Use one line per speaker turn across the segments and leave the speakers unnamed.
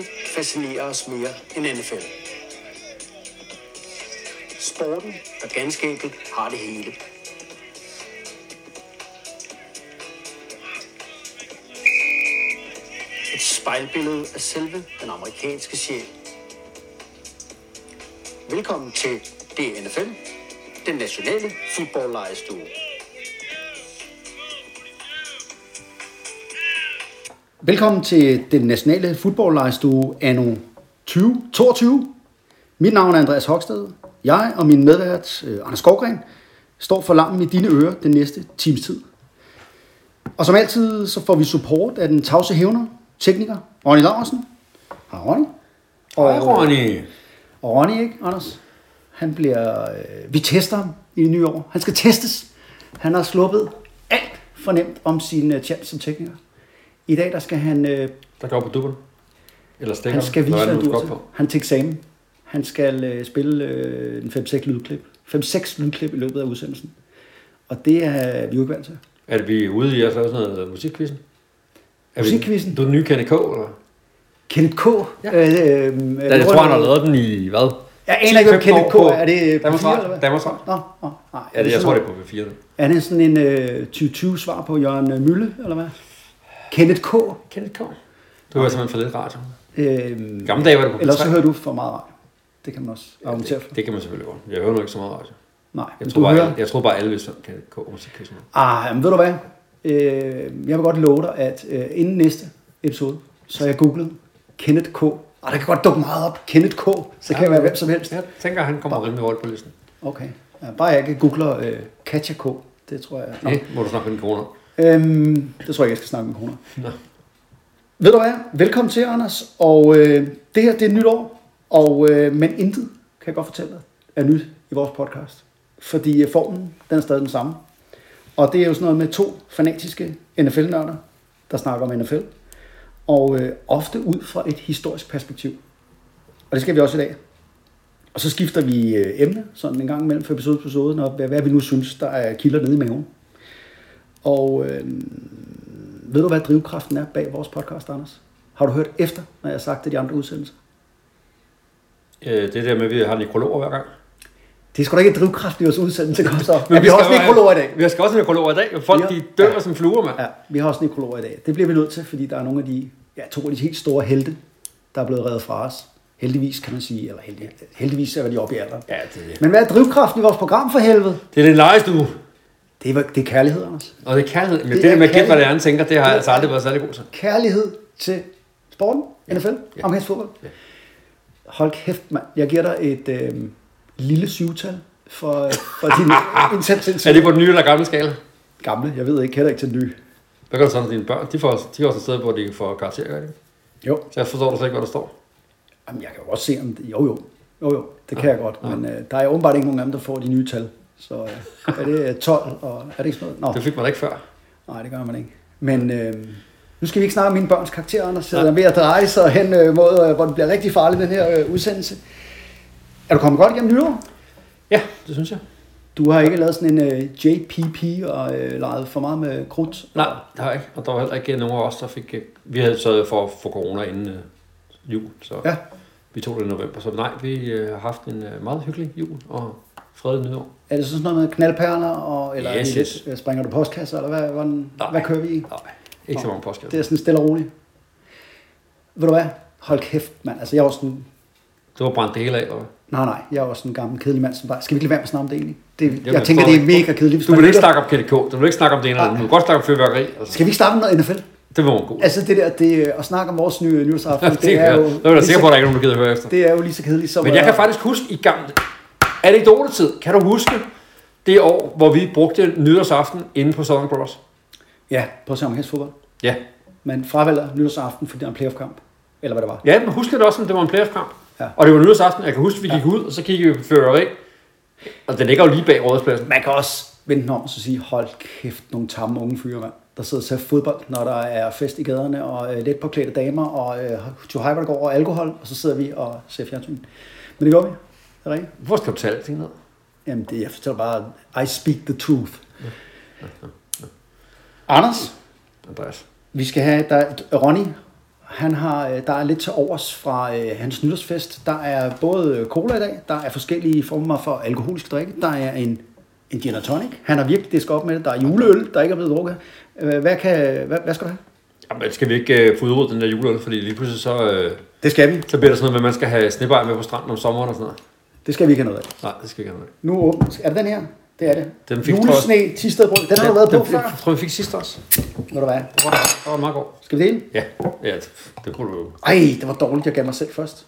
fascinerer os mere end NFL. Sporten, der ganske enkelt har det hele. Et spejlbillede af selve den amerikanske sjæl. Velkommen til DNFL, den nationale fodboldlejestue.
Velkommen til den nationale fodboldlejestue anno 2022. Mit navn er Andreas Hoksted. Jeg og min medvært, øh, Anders Skovgren, står for larmen i dine ører den næste times tid. Og som altid, så får vi support af den tavse hævner, tekniker, Ronny Larsen. Hej Ronny.
Hej Ronny.
Og Ronny, ikke, Anders? Han bliver... Øh, vi tester ham i det nye år. Han skal testes. Han har sluppet alt for nemt om sin øh, chance som tekniker. I dag, der skal han... Øh,
Der går på dubbel. Eller stikker.
han skal vise,
hvad
hvad
du
du er
skal
til.
på.
Han er til eksamen. Han skal øh, spille øh, en 5-6 lydklip. 5-6 lydklip i løbet af udsendelsen. Og det er vi jo ikke vant til.
Er det, vi er ude i at lave sådan noget musikkvisten? Er
Musikkvizzen?
Vi, du er den nye Kenny K, eller?
Kenneth K. Ja. Øh, øh,
Ja, jeg tror, han har lavet den i, hvad?
Jeg aner ikke, hvem
10-15
Kenneth K
år
er. Er det på
Danmarks
fire,
Radio?
eller hvad?
Danmarks Radio.
Nå, nå, nej.
Ja, det, jeg
sådan
tror, det
noget-
er på P4. nu.
Er det sådan en øh, 2020-svar på Jørgen øh, Mølle, eller hvad? Kenneth K. øh,
Kenneth K. Du hører simpelthen for lidt radio.
Øhm,
I gamle dage var det på P3.
Eller så hører du for meget radio. Det kan man også argumentere for.
det, det kan man selvfølgelig godt. Jeg hører nok ikke så meget radio.
Nej, men
Jeg
du
tror, bare,
hører...
alle, jeg tror bare, alle vidste, om Kenneth K. musikkvisten.
Ah, men ved du hvad? Øh, jeg vil godt love dig, at øh, inden næste episode, så har jeg googlet Kenneth K. Ah, der kan godt dukke meget op. Kenneth K. Så kan jeg være hvem som helst.
Jeg tænker, han kommer rimelig højt på listen.
Okay. Ja, bare jeg ikke googler øh, Katja K. Det tror jeg... Nå.
Det må du snakke med en kroner.
Øhm, det tror jeg ikke, jeg skal snakke med kroner.
Nå.
Ved du hvad? Velkommen til, Anders. Og øh, det her, det er et nyt år. Og, øh, men intet, kan jeg godt fortælle dig, er nyt i vores podcast. Fordi øh, formen, den er stadig den samme. Og det er jo sådan noget med to fanatiske NFL-nørder, der snakker om NFL. Og øh, ofte ud fra et historisk perspektiv. Og det skal vi også i dag. Og så skifter vi øh, emne, sådan en gang imellem fra episode til episode, når, hvad, hvad vi nu synes, der er kilder nede i maven. Og øh, ved du, hvad drivkraften er bag vores podcast, Anders? Har du hørt efter, når jeg har sagt det i de andre udsendelser?
Øh, Det der med, at vi har nekrologer hver gang.
Det er sgu da ikke drivkraft i vores udsendelse, godt så.
Men
Men vi har
skal
også
jo have-
nekrologer i dag.
Vi skal også nekrologer i dag. og Folk,
Ja.
de dør som fluer, mand.
Ja, vi har også nekrologer i dag. Det bliver vi nødt til, fordi der er nogle af de, ja, to af de helt store helte, der er blevet reddet fra os. Heldigvis, kan man sige. Eller heldig, heldigvis er de oppe i alderen.
Ja, det,
Men hvad er drivkraften i vores program for helvede?
det er den lejestue.
Det er, det er kærlighed, Anders.
Og det er kærlighed. Men
Det
det, det
er
der med at kende,
kærlighed.
hvad det er, han tænker, det har
Det
jeg
er-
altså aldrig været særlig god til.
Kærlighed til sporten, NFL,
Ja.
amerikansk fodbold.
Ja.
Hold kæft, mand. Jeg giver dig et øh, lille syvtal for, øh, for din indsats.
Er det på den nye eller gamle skala?
Gamle, jeg ved ikke, heller ikke til den nye.
Hvad gør du sådan, at dine børn? De, får, de har også et sted, hvor de får karakterer, gør de ikke?
Jo.
Så jeg forstår du slet ikke, hvad der står.
Jamen, jeg kan jo også se, om det... Jo, jo. Jo, jo. Det
Ah,
kan jeg godt. Men øh, der er åbenbart ikke nogen af dem, der får de nye tal. Så øh, er det øh, 12, og er det ikke sådan noget? Nå,
Det fik man da ikke før.
nej, det gør man ikke. Men øh, nu skal vi ikke snakke om mine børns karakterer, Anders. Så Jeg er ved at dreje sig hen øh, mod, øh, hvor det bliver rigtig farligt, den her øh, udsendelse. Er du kommet godt igennem nytår?
Ja, det synes jeg.
Du har ikke lavet sådan en øh, JPP og øh, leget for meget med krudt?
Nej, det har jeg ikke. Og der var heller ikke nogen af os, der fik... øh, Vi havde sørget for, for corona inden øh, jul, så
Ja.
vi tog det i november. Så nej, vi øh, har haft en øh, meget hyggelig jul og fredelig nytår.
Er det så sådan noget med knaldperler, og, eller
Yes,
yes,
yes.
yes. øh, springer du postkasser, eller hvad, hvordan,
Nej.
hvad kører vi i?
Nej, ikke så mange påskab.
Det er sådan stille og roligt. Ved du hvad? Hold kæft, mand. Altså, jeg er også sådan...
Du har brændt det hele af, eller hvad?
Nej, nej. Jeg er også sådan en gammel, kedelig mand, som bare... Skal vi ikke lade være med at snakke om det egentlig? Det, jeg,
jeg
tænker,
forstår
det er
ikke.
mega kedeligt. hvis
Du
man
vil ikke
lytter.
snakke om KDK, du vil ikke snakke om det ene eller andet. Du vil godt snakke om fyrværkeri. Altså,
Skal vi ikke starte med noget NFL?
det var en god.
Altså, det der, det, øh, at snakke om vores nye øh, nyhedsaften,
det, det er jo... Jeg er da sikker på, at der ikke er nogen, der gider at høre efter.
det er jo lige så kedeligt som...
Men jeg kan faktisk huske i gamle... Anekdotetid, kan du huske det år, hvor vi brugte nytårsaften inde på Southern Cross?
Ja, på samme hest fodbold.
Ja.
Man fravælger nyhedsaften, fordi der er en playoff-kamp. Eller hvad det var.
Ja, men husker det også, som det var en playoff-kamp.
Ja.
Ja. Og det var nytårsaften. Jeg kan huske, at vi gik ud, og så kiggede vi på fyrværkeri. Og det ligger jo lige bag rådspladsen.
Man kan også vende den om og så sige, hold kæft, nogle tamme unge fyre, mand, der sidder og ser fodbold, når der er fest i gaderne, og øh, let påklædte damer, og øh, Joe Heiberg går over alkohol, og så sidder vi og ser fjernsyn. Men det gør vi. Det er rigtigt.
Hvor skal du tage alting ned?
Jamen, det, jeg fortæller bare, I speak the truth. Anders,
Andreas.
vi skal have, der, Ronny Han har, øh, der er lidt til overs fra øh, hans nytårsfest. Der er både øh, cola i dag, der er forskellige former for alkoholisk drikke, der er en, en gin og tonic. Han har virkelig disket op med det. Der er juleøl, der ikke er blevet drukket. Øh, hvad, kan, hvad, hvad skal du have?
Jamen, skal vi ikke øh, få udryddet den der juleøl, fordi lige pludselig så, øh,
Det skal vi.
så bliver der sådan noget med, at man skal have snebej med på stranden om sommeren og sådan noget.
Det skal vi ikke have noget af.
Nej, det skal jeg ikke have.
Nu åbner- er det den her? Det er det.
Den fik
Julesne, Tisted Brød. Den har du været på
den,
før.
jeg tror, vi fik sidst også.
Ved du hvad?
Det var, det var meget godt.
Skal vi dele?
Ja, ja det, det kunne du jo.
Ej, det var dårligt, jeg gav mig selv først.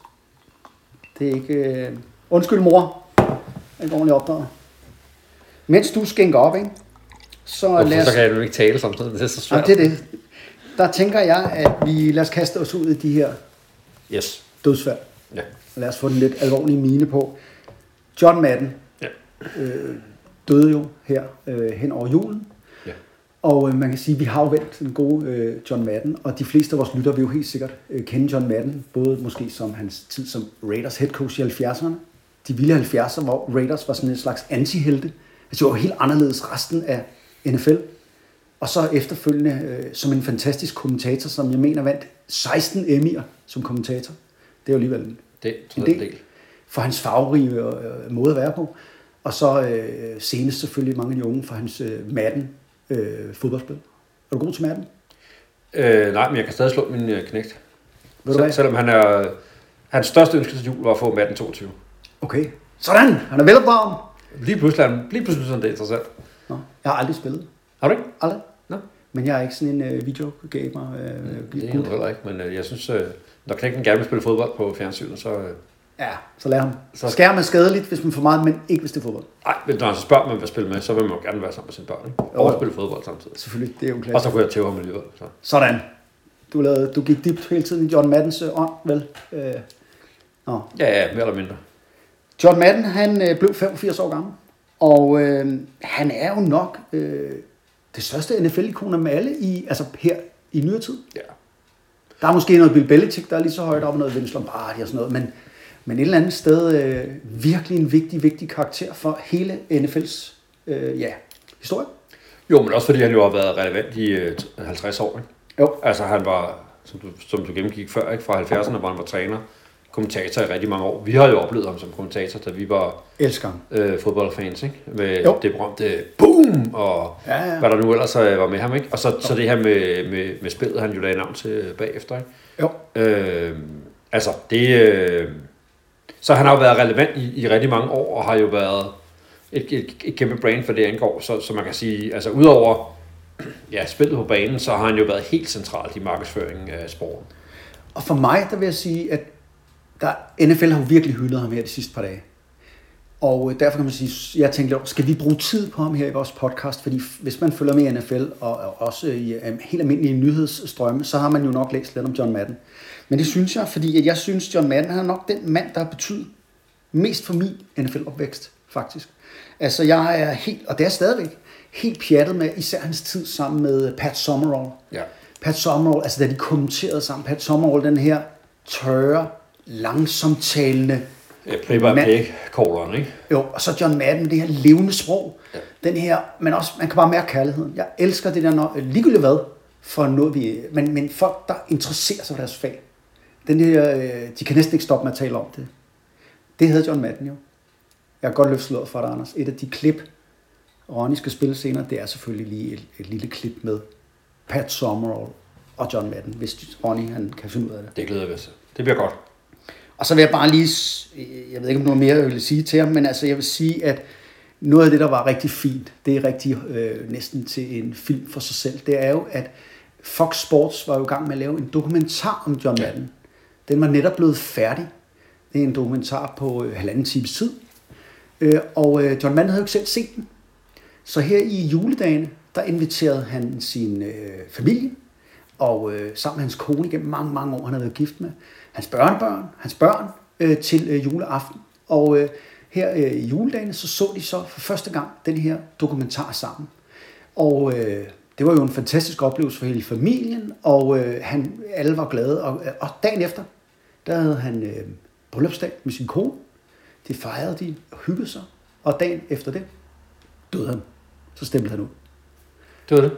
Det er ikke... Øh... Undskyld, mor. Jeg er ikke ordentligt opdraget. Mens du skænker op, ikke? Så lad
Hvorfor,
os...
så kan jeg jo ikke tale samtidig. Det er så
Nej,
svært.
det er det. Der tænker jeg, at vi lad os kaste os ud i de her
Yes.
dødsfald.
Ja.
Lad os få den lidt alvorlige mine på. John Madden øh,
Ja.
døde jo her øh, hen over julen.
ja.
Og øh, man kan sige, at vi har jo vendt den gode øh, John Madden, og de fleste af vores lyttere vil jo helt sikkert øh, kende John Madden, både måske som hans tid som Raiders head coach i 70'erne, de vilde 70'er, hvor Raiders var sådan en slags antihelte. Altså det var helt anderledes resten af NFL. Og så efterfølgende øh, som en fantastisk kommentator, som jeg mener vandt 16 Emmy'er som kommentator. Det er jo alligevel en
Det er
en
en
del,
del.
for hans farverige øh, måde at være på. Og så øh, senest selvfølgelig mange af de unge for hans øh, Madden øh, fodboldspil. Er du god til Madden?
Øh, nej, men jeg kan stadig slå min øh, knægt.
du
Sel-
hvad?
selvom han er... Hans største ønske til jul var at få matten 22.
Okay. Sådan! Han er velopdragen.
Lige pludselig, er han, lige pludselig synes han, det er interessant.
Nå, jeg har aldrig spillet.
Har du ikke?
Aldrig.
Nå,
Men jeg er ikke sådan en øh, videogamer. Øh,
Mm, det er
gut.
han heller ikke, men øh, jeg synes, øh, når knægten gerne vil spille fodbold på fjernsynet, så... Øh,
Ja, så lad ham.
Så-
Skærm er skadeligt, hvis man får meget, men ikke hvis det er fodbold.
ej, men når han så spørger, om man vil spille med, så vil man jo gerne være sammen med sine børn, ikke? Og
Jo.
spille fodbold samtidig.
Selvfølgelig, det er jo
Og
klasse.
så kunne jeg tæve ham alligevel. Så.
Sådan. Du, lavede, du gik dybt hele tiden i John Maddens øh, ånd, vel? Øh, nå,
Ja, ja, mere eller mindre.
John Madden, han øh, blev 85 år gammel, og øh, han er jo nok øh, det største NFL-ikon af dem alle i, altså her i nyere tid.
Ja.
Der er måske noget Bill Belichick, der er lige så højt op, og noget Vince Lombardi og sådan noget, men, men et eller andet sted øh, virkelig en vigtig, vigtig karakter for hele NFL's øh, ja, historie.
Jo, men også fordi han jo har været relevant i øh, 50 år, ikke?
Jo,
Altså han var, som du, som du gennemgik før, ikke? fra 70'erne, hvor han var træner, kommentator i rigtig mange år. Vi har jo oplevet ham som kommentator, da vi var
elsker ham.
øh, fodboldfans, ikke? Med
Jo.
jo. det berømte boom, og
Ja, ja.
hvad der nu ellers øh, var med ham, ikke? Og så, så det her med, med, med spillet, han jo lagde navn til øh, bagefter, ikke?
Jo,
Øh, altså, det... Øh, så han har jo været relevant i, i rigtig mange år, og har jo været et, et, et kæmpe brand for det angår, så, så man kan sige, altså udover ja, spillet på banen, så har han jo været helt centralt i markedsføringen af sporten.
Og for mig, der vil jeg sige, at der, NFL har jo virkelig hyldet ham her de sidste par dage. Og øh, derfor kan man sige, jeg tænkte, lidt over, skal vi bruge tid på ham her i vores podcast? Fordi f- hvis man følger med i NFL, og og også i øh, helt almindelige nyhedsstrømme, så har man jo nok læst lidt om John Madden. Men det synes jeg, fordi at jeg synes, John Madden han er nok den mand, der har betydet mest for min NFL-opvækst, faktisk. Altså, jeg er helt, og det er jeg stadigvæk, helt pjattet med især hans tid sammen med Pat Summerall.
Ja.
Pat Summerall, altså da de kommenterede sammen, Pat Summerall, den her tørre, langsomt talende,
Pripper og
mand.
pæk, calleren, ikke?
jo, og så John Madden, det her levende sprog, den her, men også, man kan bare mærke kærligheden. Jeg elsker det der, når, ligegyldigt hvad, for noget vi, men, men folk, der interesserer sig for deres fag, den her, øh, de kan næsten ikke stoppe med at tale om det. Det havde John Madden jo. Jeg har godt løftet sløret for dig, Anders. Et af de klip, Ronny skal spille senere, det er selvfølgelig lige et, et lille klip med Pat Summerall og John Madden, hvis Ronny han kan finde ud af det.
Det glæder vi os til. Det bliver godt.
Og så vil jeg bare lige, s- øh, jeg ved ikke om noget mere, jeg vil sige til ham, men altså jeg vil sige, at noget af det, der var rigtig fint, det er rigtig øh, næsten til en film for sig selv, det er jo, at Fox Sports var jo i gang med at lave en dokumentar om John Madden. Den var netop blevet færdig. Det er en dokumentar på øh, halvanden times tid. Øh, og øh, John Madden havde jo ikke selv set den. Så her i juledagene, der inviterede han sin øh, familie, og øh, sammen med hans kone igennem mange, mange år, han havde været gift med, hans børnebørn, hans børn, øh, til øh, juleaften. Og øh, her øh, i juledagene, så så de så for første gang den her dokumentar sammen. Og øh, det var jo en fantastisk oplevelse for hele familien, og øh, han, alle var glade. Og, øh, og dagen efter, der havde han øh, bryllupsdag med sin kone. Det fejrede de og hyggede sig. Og dagen efter det, døde han. Så stemte han ud.
Det var det.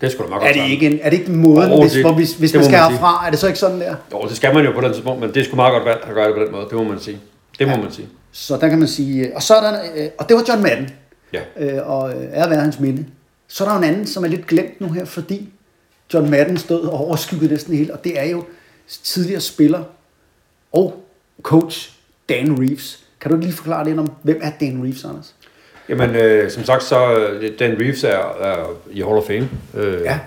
Det skulle da meget
Er
godt
det
timet.
ikke, en, er det ikke måden,
Åh,
oh, hvis,
det-
hvor, hvis, hvis
det
man
må
skal
man sige.
herfra? Er det så ikke sådan der?
Jo, det skal man jo på den tidspunkt, men det skulle meget godt valgt at gøre det på den måde. Det må man sige. Det må ja. man sige.
Så der kan man sige... Og, så er der, øh, og det var John Madden,
Ja.
øh, og øh, ære være hans minde. Så er der jo en anden, som er lidt glemt nu her, fordi John Madden stod og overskyggede næsten det hele, og det er jo tidligere spiller og coach Dan Reeves. Kan du ikke lige forklare lidt om, hvem er Dan Reeves, Anders?
Jamen, øh, som sagt, så øh, Dan Reeves er, er i Hall of Fame. Øh,
Ja.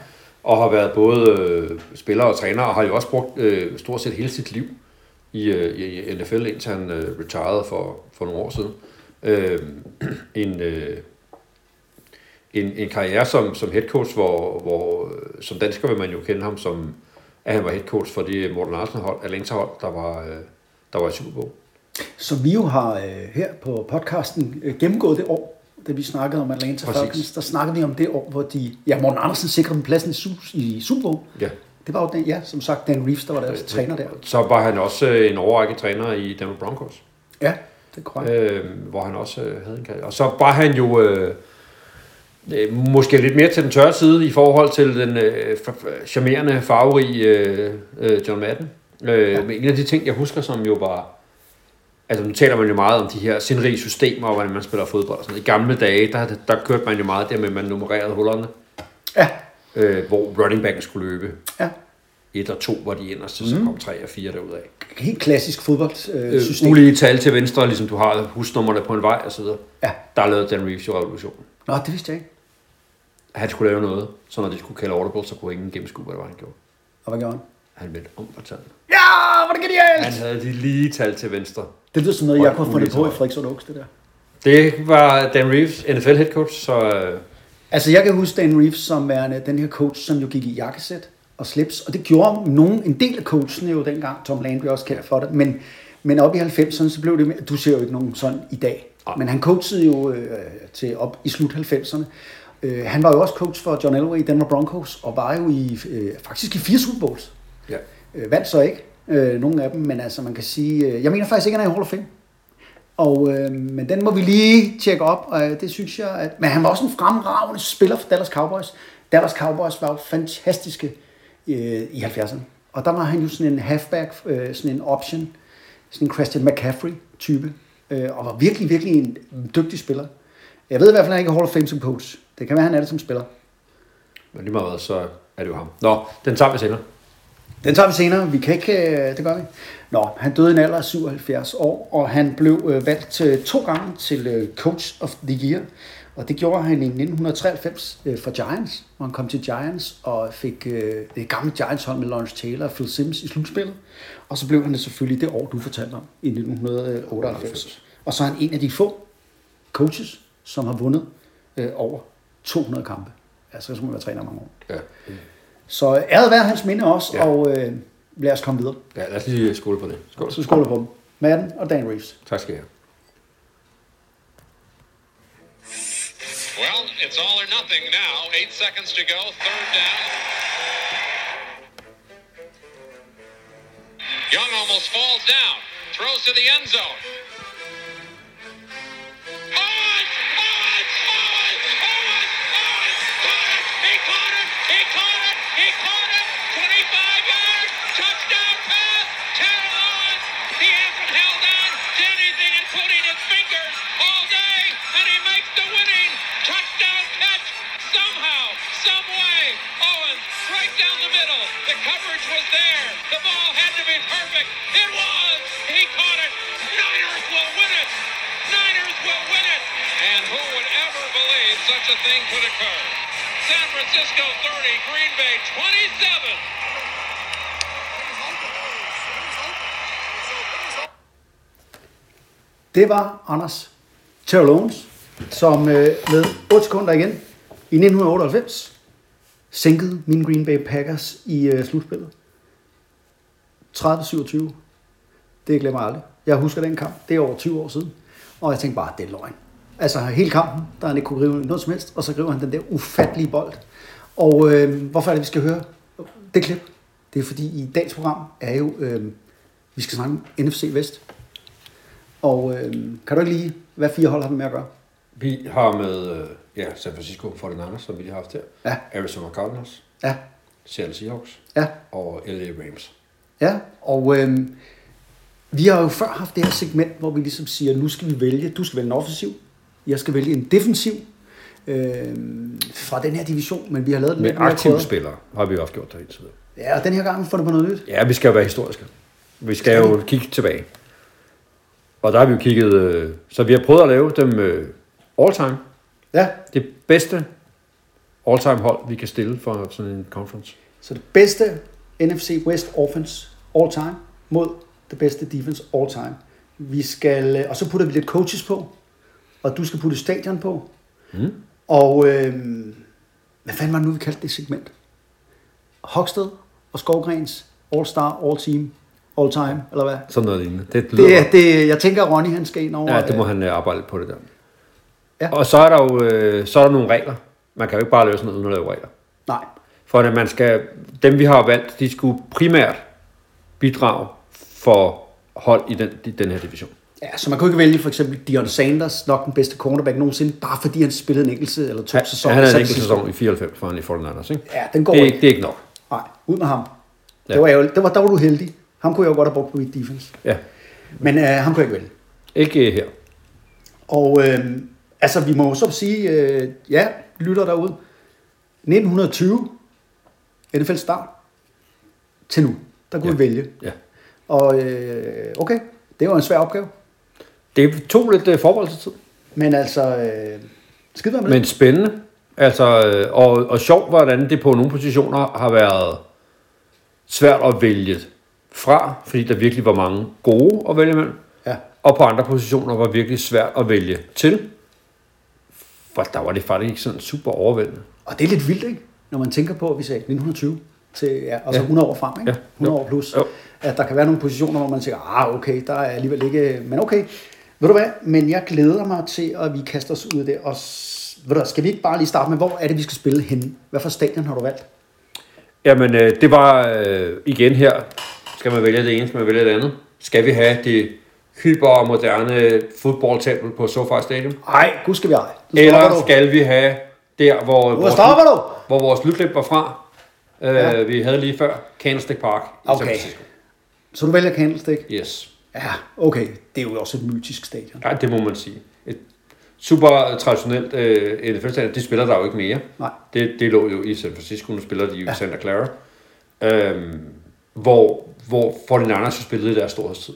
Og har været både øh, spiller og træner, og har jo også brugt øh, stort set hele sit liv i, øh, i NFL, indtil han øh, retirede for, for nogle år siden. Øh, en, øh, en, en karriere som, som head coach, hvor, hvor øh, som dansker vil man jo kende ham som, at han var head coach for det Morten Larsen hold, Atlanta hold, der var, øh, der var i Super Bowl.
Så vi jo har øh, her på podcasten øh, gennemgået det år, da vi snakkede om Atlanta
Præcis.
Falcons, der snakkede vi om det år, hvor de, ja, Morten Andersen sikrede dem pladsen i, Su- i Super Bowl.
Ja.
Det var jo den, ja, som sagt, Dan Reeves, der var deres træner der.
Så var han også øh, en overrække træner i Denver Broncos.
Ja, det er korrekt.
øh, hvor han også øh, havde en karriere. Og så var han jo øh, øh, måske lidt mere til den tørre side i forhold til den øh, f- f- charmerende, farverige øh, øh, John Madden. Øh, ja. Men en af de ting, jeg husker, som jo var... Altså nu taler man jo meget om de her sindrige systemer, og hvordan man spiller fodbold og sådan noget. I gamle dage, der, der kørte man jo meget der med, at man nummererede hullerne,
Ja,
øh, hvor running backen skulle løbe.
ja.
Et og to var de inderste, så kom tre og fire derudad
Helt klassisk fodboldsystem. Øh,
øh,
system.
ulige tal til venstre, ligesom du har husnummerne på en vej og så videre.
Ja.
Der lavede Dan Reeves jo revolutionen.
Nå, det vidste jeg ikke.
Han skulle lave noget, så når de skulle kalde audible, så kunne ingen gennemskue, hvad det var, han gjorde.
Og hvad gjorde han?
Han vendte om på tallene.
Ja, hvor er det genialt!
Han havde de lige tal til venstre.
Det lyder som noget,
Og
jeg kunne have fundet
muligvis
på i
også.
Frederikson Oaks, det der.
Det var Dan Reeves, NFL head coach, så øh,
Altså, jeg kan huske Dan Reeves som værende den her coach, som jo gik i jakkesæt og slips, og det gjorde nogen, en del af coachene jo dengang, Tom Land blev også kendt for det, men, men op i 90'erne, så blev det, mere- du ser jo ikke nogen sådan i dag,
Nej.
men han coachede jo øh, til op i slut 90'erne. Øh, han var jo også coach for John Elway i Denver Broncos, og var jo i, øh, faktisk i fire Super Bowls.
ja.
Øh, vandt så ikke øh, nogen af dem, men altså man kan sige, øh, jeg mener faktisk ikke, at han er i Hall of Fame. Og, øh, men den må vi lige tjekke op, og øh, det synes jeg, at, men han var også en fremragende spiller for Dallas Cowboys. Dallas Cowboys var jo fantastiske øh, i 70'erne. Og der var han jo sådan en halfback, øh, sådan en option, sådan en Christian McCaffrey-type, øh, og var virkelig, virkelig en dygtig spiller. Jeg ved i hvert fald, at han ikke er Hall of Fame som coach. Det kan være, han er det som spiller.
Men lige meget hvad, så er det jo ham. Nå, den tager vi senere.
Den tager vi senere. Vi kan ikke... Øh, det gør vi. Nå, han døde i en alder af 77 år, og han blev øh, valgt øh, to gange til øh, Coach of the Year. Og det gjorde han i 1993 øh, for Giants, hvor han kom til Giants og fik øh, det gamle Giants-hold med Lawrence Taylor og Phil Simms i slutspillet. Og så blev han det selvfølgelig det år, du fortalte om, i 1998. Og så er han en af de få coaches, som har vundet øh, over 200 kampe. Altså, så skal man være træner i mange år.
Ja.
Så æret være hans minde også, ja.
Ja.
og øh, lad os komme videre.
ja, lad os lige skåle på det. Skål.
Så skål på dem. Madden og Dan Reeves.
Tak skal I have.
Well, it's all or nothing now. Eight seconds to go. Third down. Young almost falls down. Throws to the end zone. Owens! Owens! Owens! Owens! Owens! Caught it! He caught it! He caught it! He caught it! 25 yards! Touchdown pass! Terrell Owens! He hasn't held on to anything, including his fingers, all day, and he makes the winning touchdown catch somehow, some way. Owens right down the middle. The coverage was there. The ball had to be perfect. It was. He caught it. Niners will win it. Niners will win it. And who would ever believe such a thing could occur? San Francisco 30, Green Bay 27.
Det var Anders Terrell Owens, som øh, med 8 sekunder igen i 1998 sænkede mine Green Bay Packers i øh, slutspillet. 30-27. Det glemmer jeg aldrig. Jeg husker den kamp. Det er over 20 år siden. Og jeg tænkte bare, det er løgn. Altså hele kampen, der han ikke kunne gribe noget som helst, og så griber han den der ufattelige bold. Og øh, hvorfor er det, vi skal høre det klip? Det er fordi i dagens program er jo, øh, vi skal snakke om NFC Vest. øhm, Og øh, kan du ikke lige, hvad fire hold har det med at gøre?
Vi har med øh, ja, San Francisco 49ers, som vi lige har haft her,
Ja.
Arizona Cardinals,
Ja,
Seattle Seahawks
ja,
og LA Rams.
ja. Og øh, vi har jo før haft det her segment, hvor vi ligesom siger, nu skal vi vælge, du skal vælge en offensiv, jeg skal vælge en defensiv øh, fra den her division, men vi har lavet den
Med
lidt mere
aktive
krydret.
spillere har vi ofte gjort det indtil videre.
Ja, og den her gang får du på noget nyt.
Ja, vi skal jo være historiske. Vi skal jo kigge tilbage. Og der har vi jo kigget... Øh, så vi har prøvet at lave dem øh, all-time.
Ja,
Det bedste all-time hold, vi kan stille for sådan en conference.
så det bedste NFC West offense all time mod det bedste defense all time. Vi skal, øh, og så putter vi lidt coaches på, og du skal putte stadion på.
Mm.
Og øh, hvad fanden var det nu, vi kaldte det segment? Hogsted og Skovgrens All Star, All Team, All Time, eller hvad?
Sådan noget lignende. Det, lyder
Det, er- det, jeg tænker, at Ronny han skal ind over.
Ja, det må han øh, arbejde lidt på det der.
Ja.
Ja. Og så er der jo øh, så er der nogle regler. Man kan jo ikke bare lave sådan noget uden at lave regler.
Nej,
For at man skal, dem vi har valgt, de skulle primært bidrage for hold i den, i den her division.
Ja, så man kunne ikke vælge for eksempel Dion Sanders, nok den bedste cornerback nogensinde, bare fordi han spillede en enkelt eller to
Han,
sæsoner.
han havde
Så
en
det
enkelt
sidste-
sæson i 94 for han i 49ers, ikke?
Ja, den går
det, er,
ikke.
ikke- det er ikke nok.
Nej, ud med ham. Ja.
Ja.
Det var ærgerligt. Det var, der var du heldig. Ham kunne jeg jo godt have brugt på mit defense.
Ja.
Men øh, ham kunne jeg ikke vælge.
Ikke øh, her.
Og øh, altså, vi må jo så sige, øh, ja, lytter derude. 1920, NFL start, til nu. Der kunne ja. vi
Ja.
vælge.
Ja.
Og øh, okay, det var en svær opgave.
Det tog lidt øh, forberedelsestid,
Men altså, øh, skid være med
men spændende. Altså, øh, og, og sjovt, hvordan det på nogle positioner har været svært at vælge fra, fordi der virkelig var mange gode at vælge imellem.
det. Ja.
Og på andre positioner var virkelig svært at vælge til. For der var det faktisk ikke sådan super overvældende.
Og det er lidt vildt, ikke? Når man tænker på, at vi sagde 1920 til ja, altså ja. 100 år frem, ikke?
Ja.
100
Jo.
år plus.
Jo.
At der kan være nogle positioner, hvor man tænker, ah, okay, der er alligevel ikke... Men okay, ved du hvad? Men jeg glæder mig til, at vi kaster os ud af det. Og s- ved du, hvad, skal vi ikke bare lige starte med, hvor er det, vi skal spille henne? Hvad for stadion har du valgt?
Jamen, øh, det var øh, igen her. Skal man vælge det ene, skal man vælge det andet? Skal vi have det hypermoderne fodboldtempel på SoFi Stadium?
Ej, gud skal vi ej. Nu stopper
Eller
du.
skal vi have der, hvor, vores,
stopper du?
hvor vores lydklip var fra? Øh,
Ja.
Vi havde lige før Candlestick Park. i San
Okay.
Francisco.
Så du vælger Candlestick?
Yes.
Ja, okay. Det er jo også et mytisk stadion.
Ja, det må man sige. Et super traditionelt øh, NFL-stadion, de spiller der jo ikke mere.
Nej.
Det, det lå jo i San Francisco, nu spiller de jo ja. i Santa Clara. Øhm, hvor, hvor 49ers jo spillede i deres storhedstid.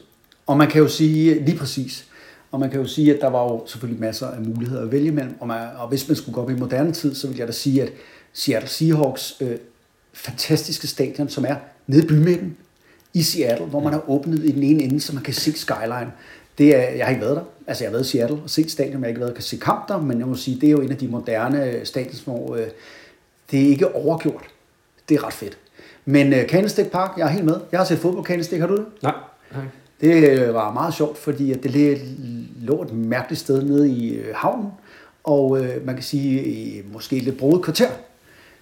Og man kan jo sige, lige præcis, og man kan jo sige, at der var jo selvfølgelig masser af muligheder at vælge mellem, og, man, og hvis man skulle gå op i moderne tid, så vil jeg da sige, at Seattle Seahawks øh, fantastiske stadion, som er nede i bymidten i Seattle, hvor man har åbnet i den ene ende, så man kan se skyline. Det er, jeg har ikke været der. Altså, jeg har været i Seattle og set stadion, men jeg har ikke været og kan se kamp der, men jeg må sige, det er jo en af de moderne øh, stadions, hvor øh, det er ikke overgjort. Det er ret fedt. Men øh, Candlestick Park, jeg er helt med. Jeg har set fodbold Candlestick, har du det?
Nej. Nej.
Det øh, var meget sjovt, fordi at det lig- lå et mærkeligt sted nede i øh, havnen, og øh, man kan sige, i måske et lidt bruget kvarter.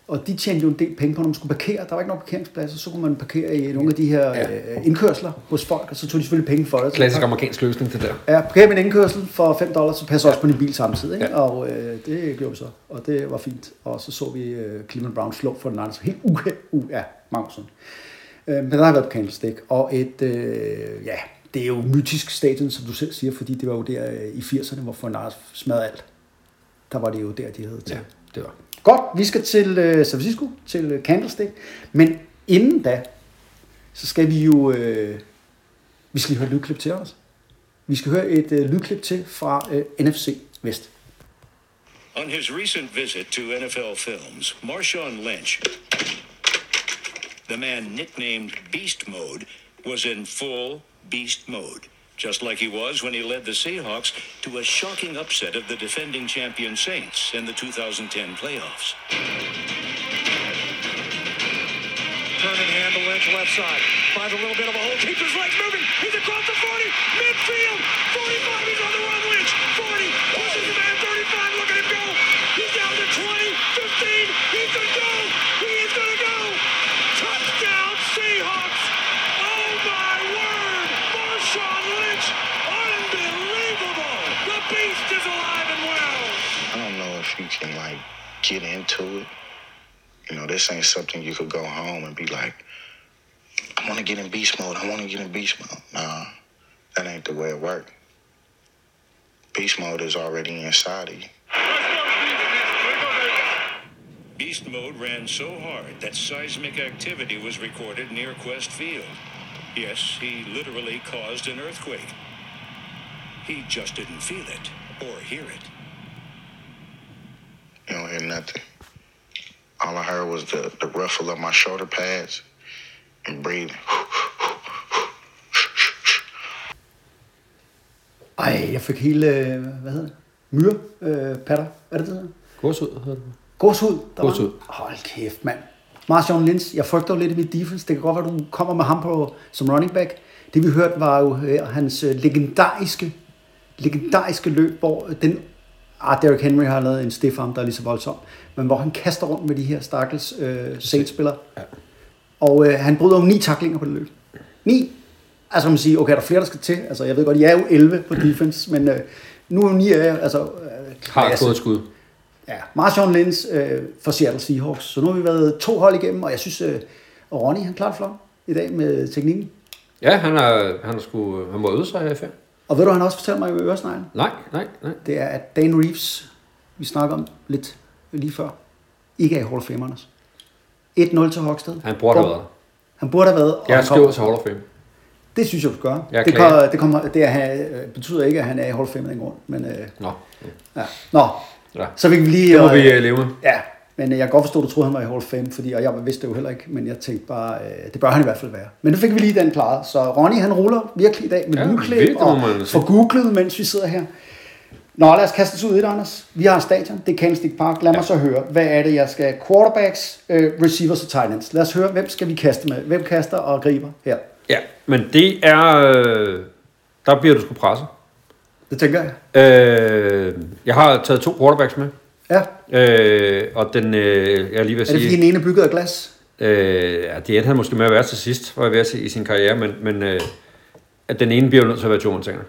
Og de tjente jo en del penge på, når man skulle parkere. Der var ikke nok parkeringspladser, så kunne man parkere i nogle af de her øh, indkørsler hos folk, og så tog de selvfølgelig penge for det.
Klassisk amerikansk løsning, det der.
Ja, parker med en indkørsel for 5 dollars, så passer også på din bil samtidig. Ikke? Og øh, det gjorde vi så, og det var fint. Og så så vi øh, Cleveland Brown slå for den anden, så helt uha, uha, Magnussen. Øh, men der har været på Candlestick, og et, øh, ja, det er jo mytisk stadion, som du selv siger, fordi det var jo der øh, i 80'erne, hvor Fornars smadrede alt. Der var det jo der, de havde til.
Ja, det var.
Godt, vi skal til øh, San Francisco, til øh, Candlestick. Men inden da, så skal vi jo... Øh, vi skal lige høre et lydklip til os. Vi skal høre et øh, lydklip til fra øh, NFC Vest.
On his recent visit to NFL Films, Marshawn Lynch, the man nicknamed Beast Mode, was in full beast mode, just like he was when he led the Seahawks to a shocking upset of the defending champion Saints in the 2010 playoffs.
Herman hand to Lynch left side. Finds a little bit of a hole. Keeps his legs moving. He's across the 40. Midfield. 45. He's on the run. Lynch. 40. Pushes him man. 35. Look at him go. He's down to 20. 15. He's going to go. He is going to go. Touchdown Seahawks. Oh my word. Marshawn Lynch. Unbelievable. The beast is alive and well.
I don't know if you can like get into it. You know, this ain't something you could go home and be like, I want to get in beast mode. I want to get in beast mode. Nah, that ain't the way it works. Beast mode is already inside of you.
Beast mode ran so hard that seismic activity was recorded near Quest Field. Yes, he literally caused an earthquake. He just didn't feel it or hear it.
You don't hear nothing. All I heard was the, the ruffle of my shoulder pads and breathing.
Ej, jeg fik hele, øh, hvad hedder det? Myre, øh, patter. Er det det? hedder?
Gåsud hedder det.
Gåshud. Der var
Gåshud.
den. Hold kæft, mand. Marshawn Lynch, jeg frygter jo lidt i mit defense. Det kan godt være, du kommer med ham på, som running back. Det vi hørte var jo her, hans øh, legendariske, legendariske løb, hvor den... Ah, Derrick Henry har lavet en stiffarm, der er lige så voldsom. Men hvor han kaster rundt med de her stakkels øh, Saints-spillere. Ja. Og øh, han bryder jo ni taklinger på det løb. Ni! Altså kan man sige, okay, der er flere, der skal til. Altså, jeg ved godt, jeg er jo 11 på defense, men øh, nu er jo ni af jer, altså... Øh,
Har
klasse.
gået et skud.
Ja, Marshawn Lynch øh, for Seattle Seahawks. Så nu har vi været to hold igennem, og jeg synes, øh, og Ronny han klart flot i dag med teknikken.
Ja, han har, han har sgu, han må øde sig her i ferie.
Og ved du, han også fortalte mig i Øresneglen,
Nej, nej, nej.
det er, at Dan Reeves, vi snakker om lidt lige før, ikke er i Hall of Fame, Anders. 1-0 til Hogsted.
Han burde have været der.
Han burde have været. og
Jeg
han kom-
skriver til Hall of Fame.
Det synes jeg, du skal gøre.
Jeg
det,
klager.
kommer, det, kommer, det er, øh, betyder ikke, at han er i Hall of Fame af den grund. Men, øh,
Nå.
ja. Nå,
Ja.
så fik vi lige...
Det må
øh,
vi øh, leve med.
Ja, men øh, jeg kan godt forstå, at du troede, han var i Hall of Fame, fordi, og jeg vidste det jo heller ikke, men jeg tænkte bare, øh, det bør han i hvert fald være. Men nu fik vi lige den klaret, så Ronny han ruller virkelig i dag med
Ja,
ja,
virkelig,
lydklip
må
og
man sige.
får googlet, mens vi sidder her. Nå, lad os kaste os ud i det, Anders. Vi har et stadion, det er Candlestick Park. Lad ja. mig så høre, hvad er det, jeg skal? Quarterbacks, øh, receivers og tight ends. Lad os høre, hvem skal vi kaste med? Hvem kaster og griber her?
Ja, men det er... Øh, der bliver du sgu presset.
Det tænker jeg.
Øh, jeg har taget to quarterbacks med.
Ja.
Øh, og den, øh, jeg er lige ved at
Er det
sige...
fordi den ene er bygget af glas?
Øh, ja, det endte han måske med at være til sidst, var jeg ved at sige, i sin karriere, men, men øh, at den ene bliver jo nødt til at være Jones Tanger.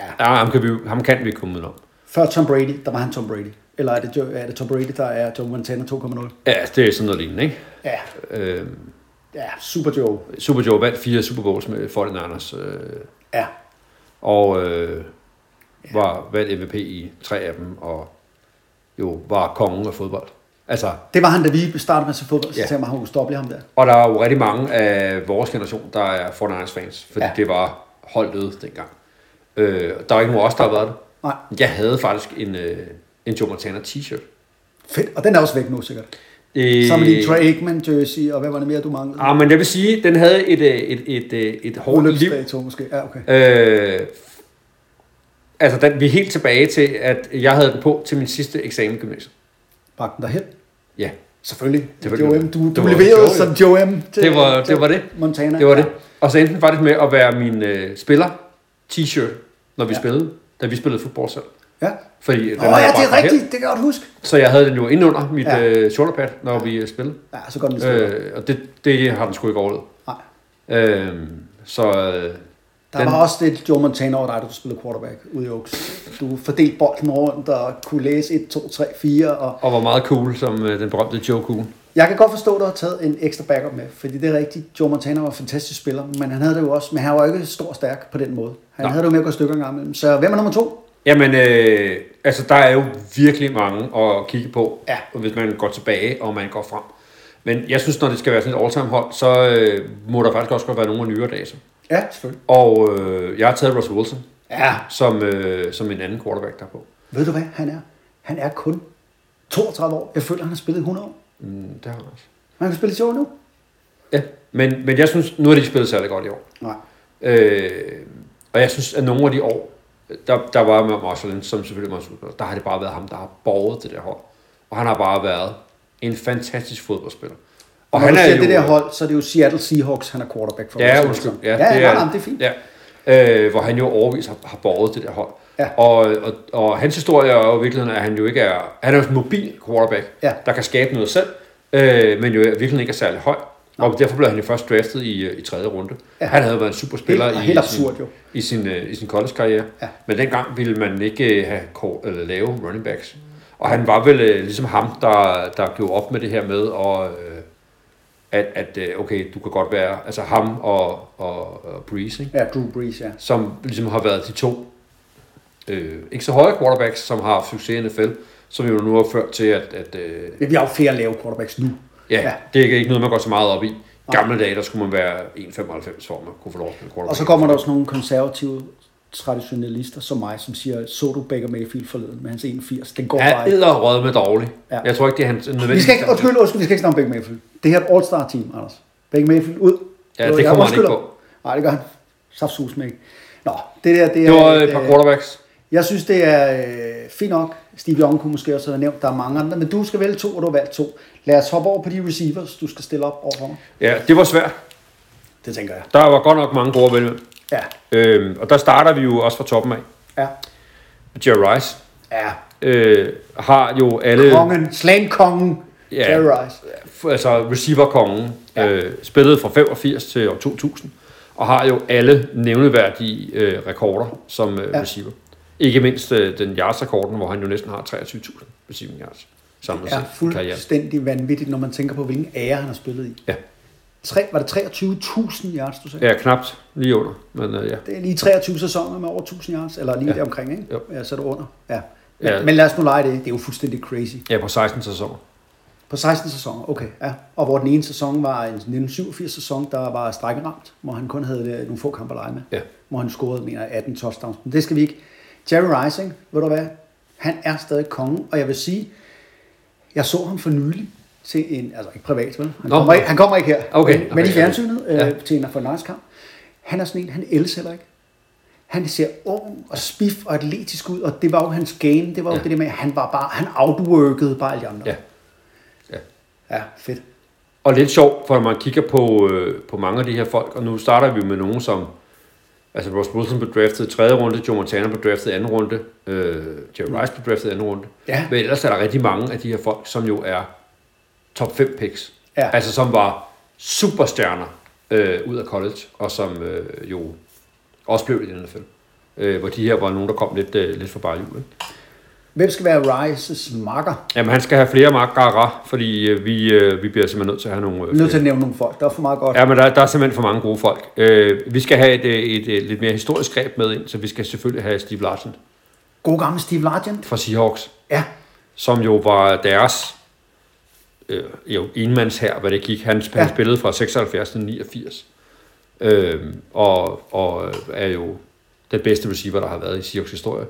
Ja. ja ham, kan vi, ham kan vi ikke komme udenom.
Før Tom Brady, der var han Tom Brady. Eller er det, Jo- er det Tom Brady, der er Joe Montana 2.0?
Ja, altså, det er sådan noget lignende, ikke?
Ja,
Øh,
ja, super Joe.
Super Joe vandt fire Super Bowls med 49ers, øh,
Ja,
og øh, var valgt MVP i tre af dem, og jo var kongen af fodbold. Altså,
det var han, da vi startede med at se fodbold, så
Ja.
ja. sagde man, han ustoppelig ham der.
og der er jo rigtig mange af vores generation, der er 49ers fans, fordi ja.
Ja.
det var holdet dengang. Øh, der er ikke nogen af os, der har været det.
Nej,
Jeg havde faktisk en, øh, en Joe Montana t-shirt.
fedt. Og den er også væk nu, sikkert.
Øh,
Så har man lige Trey Aikman jersey, og hvad var det mere, du manglede?
Ah, men jeg vil sige, den havde et, øh, et, et, øh, et hårdt liv.
Udløbsdato måske. Ja, okay.
Øh, altså, den, vi er helt tilbage til, at jeg havde den på til min sidste eksamen i gymnasiet.
Brak den derhen.
Ja,
Selvfølgelig.
Det var-
Joe M. Du,
det
du
var-
leverede
det var-
som Joe M. Til,
det var,
til
det var det.
Montana.
Det var
Ja.
det. Og så endte den faktisk med at være min øh, spiller t-shirt, når vi ja. spillede, da vi spillede fodbold selv.
Ja.
Fordi den
Nå,
havde
ja,
jeg
det
bragt
er
derhen.
rigtigt. Det kan jeg godt huske.
Så jeg havde den jo inde under mit ja.
Ja.
øh, shoulderpad, når vi øh, spillede.
Ja, så godt den øh,
Øh, og det, det har den sgu ikke overlevet.
Nej.
Øh, så øh,
Der
den-
var også lidt Joe Montana over dig, da du spillede quarterback ude i Oaks. Du fordelte bolden rundt og kunne læse 1, 2, 3, 4 og
og var meget cool som øh, den berømte Joe Cool.
Jeg kan godt forstå, at du har taget en ekstra backup med, fordi det er rigtigt. Joe Montana var en fantastisk spiller, men han havde det jo også, men han var jo ikke stor og stærk på den måde. Han
Nej.
Nej. havde det jo med at gå i stykker en gang imellem. Så hvem er nummer to?
Jamen, øh, altså der er jo virkelig mange at kigge på,
Ja.
og hvis man går tilbage og man går frem. Men jeg synes, når det skal være sådan et all-time hold, så øh, må der faktisk også godt være nogle af nyere dage. så.
Ja, selvfølgelig.
Og øh, jeg har taget Russell Wilson
Ja.
som, øh, som en anden quarterback derpå.
Ved du hvad han er? Han er kun 32 år. Jeg føler, han har spillet i 100 år.
Mm, det har han også.
Man kan spille i 10 år nu.
Ja, men, men jeg synes, nu har de ikke spillet særlig godt i år.
Nej.
Øh, og jeg synes, at nogle af de år, der, der var med Marshall Lynch, som selvfølgelig var super, der har det bare været ham, der har borget det der hold. Og han har bare været en fantastisk fodboldspiller.
Og Når han du ser det der hold, så er det jo Seattle Seahawks, han er quarterback for.
Ja,
Russell
undskyld.
Wilson.
Ja,
ja, det, er, nej, nej, det er fint. Ja.
Ja. Øh, hvor han jo overvis har, har borget det der hold.
Ja.
Og, og, og hans historie er jo i virkeligheden, at han jo ikke er... Han er jo en mobil quarterback,
Ja.
der kan skabe noget selv, øh, men jo virkelig ikke er særlig høj. Og derfor blev han jo først draftet i, øh, i tredje runde. Ja.
Ja.
Han havde jo været en super spiller
Helt-
i,
og helt absurd
sin,
jo.
i sin, øh, i sin college-karriere.
Ja.
Men dengang ville man ikke øh, have kor- eller lave running backs. Og han var vel øh, ligesom ham, der, der gjorde op med det her med, og, øh, at, at øh, okay, du kan godt være, altså ham og, og, og Breeze, ikke?
Ja, Drew Brees, ja.
som ligesom har været de to øh, ikke så høje quarterbacks, som har haft succes i NFL, som jo nu har ført til, at, at øh,
Men vi har jo flere lave quarterbacks nu.
ja, ja. det er ikke noget, man går så meget op i. I gamle dage, der skulle man være 1,95 for at man kunne få lov at spille quarterback.
Og så kommer der også nogle konservative traditionalister som mig, som siger, så du Baker Mayfield forleden med hans 81. Den går bare
Ja,
ikke.
æderrød med dårlig.
Ja.
Ja. Jeg tror ikke, det er hans nødvendigt.
Vi skal ikke, undskyld, undskyld, vi skal ikke snakke om Baker Mayfield. Det her er et all-star team, Anders. Baker Mayfield ud.
Ja,
var
det
jeg.
kommer han ikke
Undskylder.
på.
Nej, det gør han. Saftsus med ikke. Nå, det der, det er...
Det var et
øh,
par quarterbacks.
Jeg synes, det er øh, fint nok. Steve Young kunne måske også have nævnt, der er mange andre, men du skal vælge to, og du har valgt to. Lad os hoppe over på de receivers, du skal stille op overfor mig.
Ja, det var svært.
Det tænker jeg.
Der var godt nok mange gode at vælge med.
Ja,
Øhm, og der starter vi jo også fra toppen af.
ja,
Jerry Rice
ja.
øh, har jo alle...
Kongen, slangkongen,
Ja.
Jerry Rice.
f- altså receiverkongen,
Ja.
ja. øh, spillede fra 85 til år 2000, og har jo alle nævneværdige øh, rekorder som øh,
Ja.
ja. receiver. Ikke mindst øh, den yards-rekorden, hvor han jo næsten har 23.000 receiving yards samlet
er
set i karrieren.
fuldstændig vanvittigt, når man tænker på, hvilken ære han har spillet i.
Ja.
Tre, var det 23.000 yards, du sagde?
ja, knapt lige under, men øh, ja.
Det er lige 23 sæsoner med over 1000 yards, eller lige ja.
Ja.
deromkring, ikke?
Jo.
Ja, så er det under. Ja. Men, ja.
Ja.
men lad os nu lege det. Det er jo fuldstændig crazy.
ja, på 16 sæsoner.
På 16 sæsoner, okay. Ja. Og hvor den ene sæson var en 1987-sæson, der var strækkeramt, hvor han kun havde øh, nogle få kampe at lege med.
Ja.
Hvor han scorede, mener jeg, 18 touchdowns. Men det skal vi ikke. Jerry Rising, ved du hvad? Han er stadig kongen, og jeg vil sige, jeg så ham for nylig til en, altså ikke privat, vel? Han,
Nå.
kommer, ikke, han kommer ikke her,
Okay,
men,
okay,
men i
okay.
fjernsynet øh,
Ja.
til en Fornøjs kamp. Han er sådan en, han elsælger ikke. Han ser ung og spiff og atletisk ud, og det var jo hans game, det var jo ja.
Ja.
det der med, at han var bare, han outworkede bare alle de andre.
Ja.
Ja, fedt.
Og lidt sjovt, for når man kigger på, øh, på mange af de her folk, og nu starter vi med nogen som, altså Ross Wilson blev draftet i tredje runde, Joe Montana blev draftet i anden runde, øh, Jerry Rice blev draftet i anden runde.
Ja.
Men ellers er der rigtig mange af de her folk, som jo er top 5 picks.
Ja.
Altså som var superstjerner øh, ud af college, og som øh, jo også blev i NFL. Øh, hvor de her var nogen, der kom lidt, øh, lidt for bare hjul. Ikke?
Hvem skal være Rises makker?
Jamen han skal have flere markere, fordi øh, vi, øh, vi bliver simpelthen nødt til at have nogle... Øh,
Jeg er nødt
flere.
til at nævne nogle folk. Der er for meget godt.
Ja, men der, der er simpelthen for mange gode folk. Øh, vi skal have et, øh, et, et lidt mere historisk greb med ind, så vi skal selvfølgelig have Steve Larsen
God gammel Steve Largent.
fra Seahawks,
Ja,
som jo var deres øh, jo, enmands her, hvad det gik. Han, ja.
Ja.
han spillede fra 76 til 89, øh, og, og øh, er jo den bedste receiver, der har været i Seahawks historie,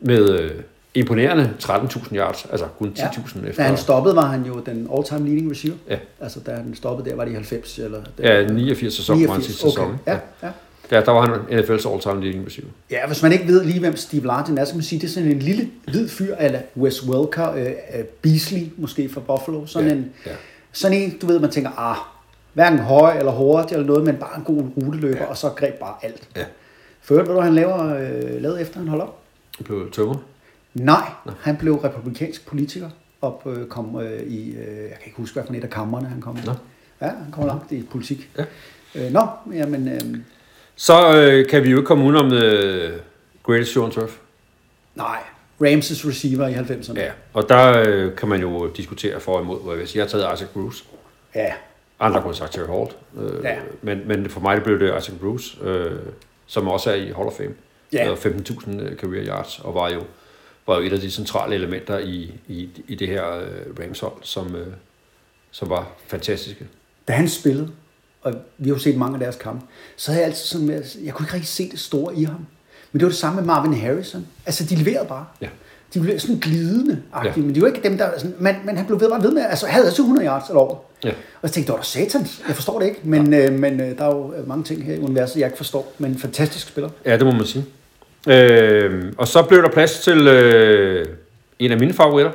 med øh, imponerende 13.000 yards, altså kun 10.000
ja.
ja.
Da han
efter.
stoppede, var han jo den all-time leading receiver.
Ja.
Altså, da han stoppede, der var det i 90. Eller,
Ja, 89 sæson var
89.
hans sidste sæson.
Okay.
ikke?
Ja, ja.
ja, der var han NFL's all-time leading receiver.
ja, hvis man ikke ved lige, hvem Steve Largent er, så kan man sige, det er sådan en lille hvid fyr, eller Wes Welker, øh, øh, Beasley måske fra Buffalo. Sådan,
Ja,
en,
ja.
sådan en, du ved, man tænker, ah, hverken høj eller hurtig eller noget, men bare en god ruteløber, og så greb bare alt.
Ja.
For øvrigt, ved du, hvad han laver, øh, lavede efter, han holdt op?
Han blev tømmer.
Nej, han blev republikansk politiker og øh, kom øh, i, øh, jeg kan ikke huske, hvad for et af kammerne han kom i.
Nå.
Ja, han kom langt i politik.
Ja.
Øh, nå, jamen, øh,
Så øh, kan vi jo ikke komme udenom øh, Greatest Show on Turf.
nej, Ramses receiver i 90'erne.
Ja. Og der øh, kan man jo diskutere for og imod. hvor Jeg, vil sige. jeg har taget Isaac Bruce.
ja.
Andre kunne have sagt Terry Holt. Øh,
Ja.
men, men for mig det blev det Isaac Bruce, øh, som også er i Hall of Fame.
Ja.
Havde 15.000 øh, career yards, og var jo, var jo et af de centrale elementer i, i, i det her øh, Rams hold, som, øh, som var fantastiske.
Da han spillede, og vi har jo set mange af deres kampe, så havde jeg altid sådan med, at jeg kunne ikke rigtig se det store i ham. Men det var det samme med Marvin Harrison. Altså, de leverede bare.
Ja.
De blev sådan glidende ja.
Ja.
men de var ikke dem, der... Sådan, men, men han blev ved, bare ved med, altså, han havde altid 100 yards eller over.
Ja.
Og så tænkte jeg, det var da satans. Jeg forstår det ikke, men, øh, men øh, der er jo øh, mange ting her i universet, jeg ikke forstår. Men en fantastisk spiller.
Ja, det må man sige. Øh, og så blev der plads til øh, en af mine favoritter,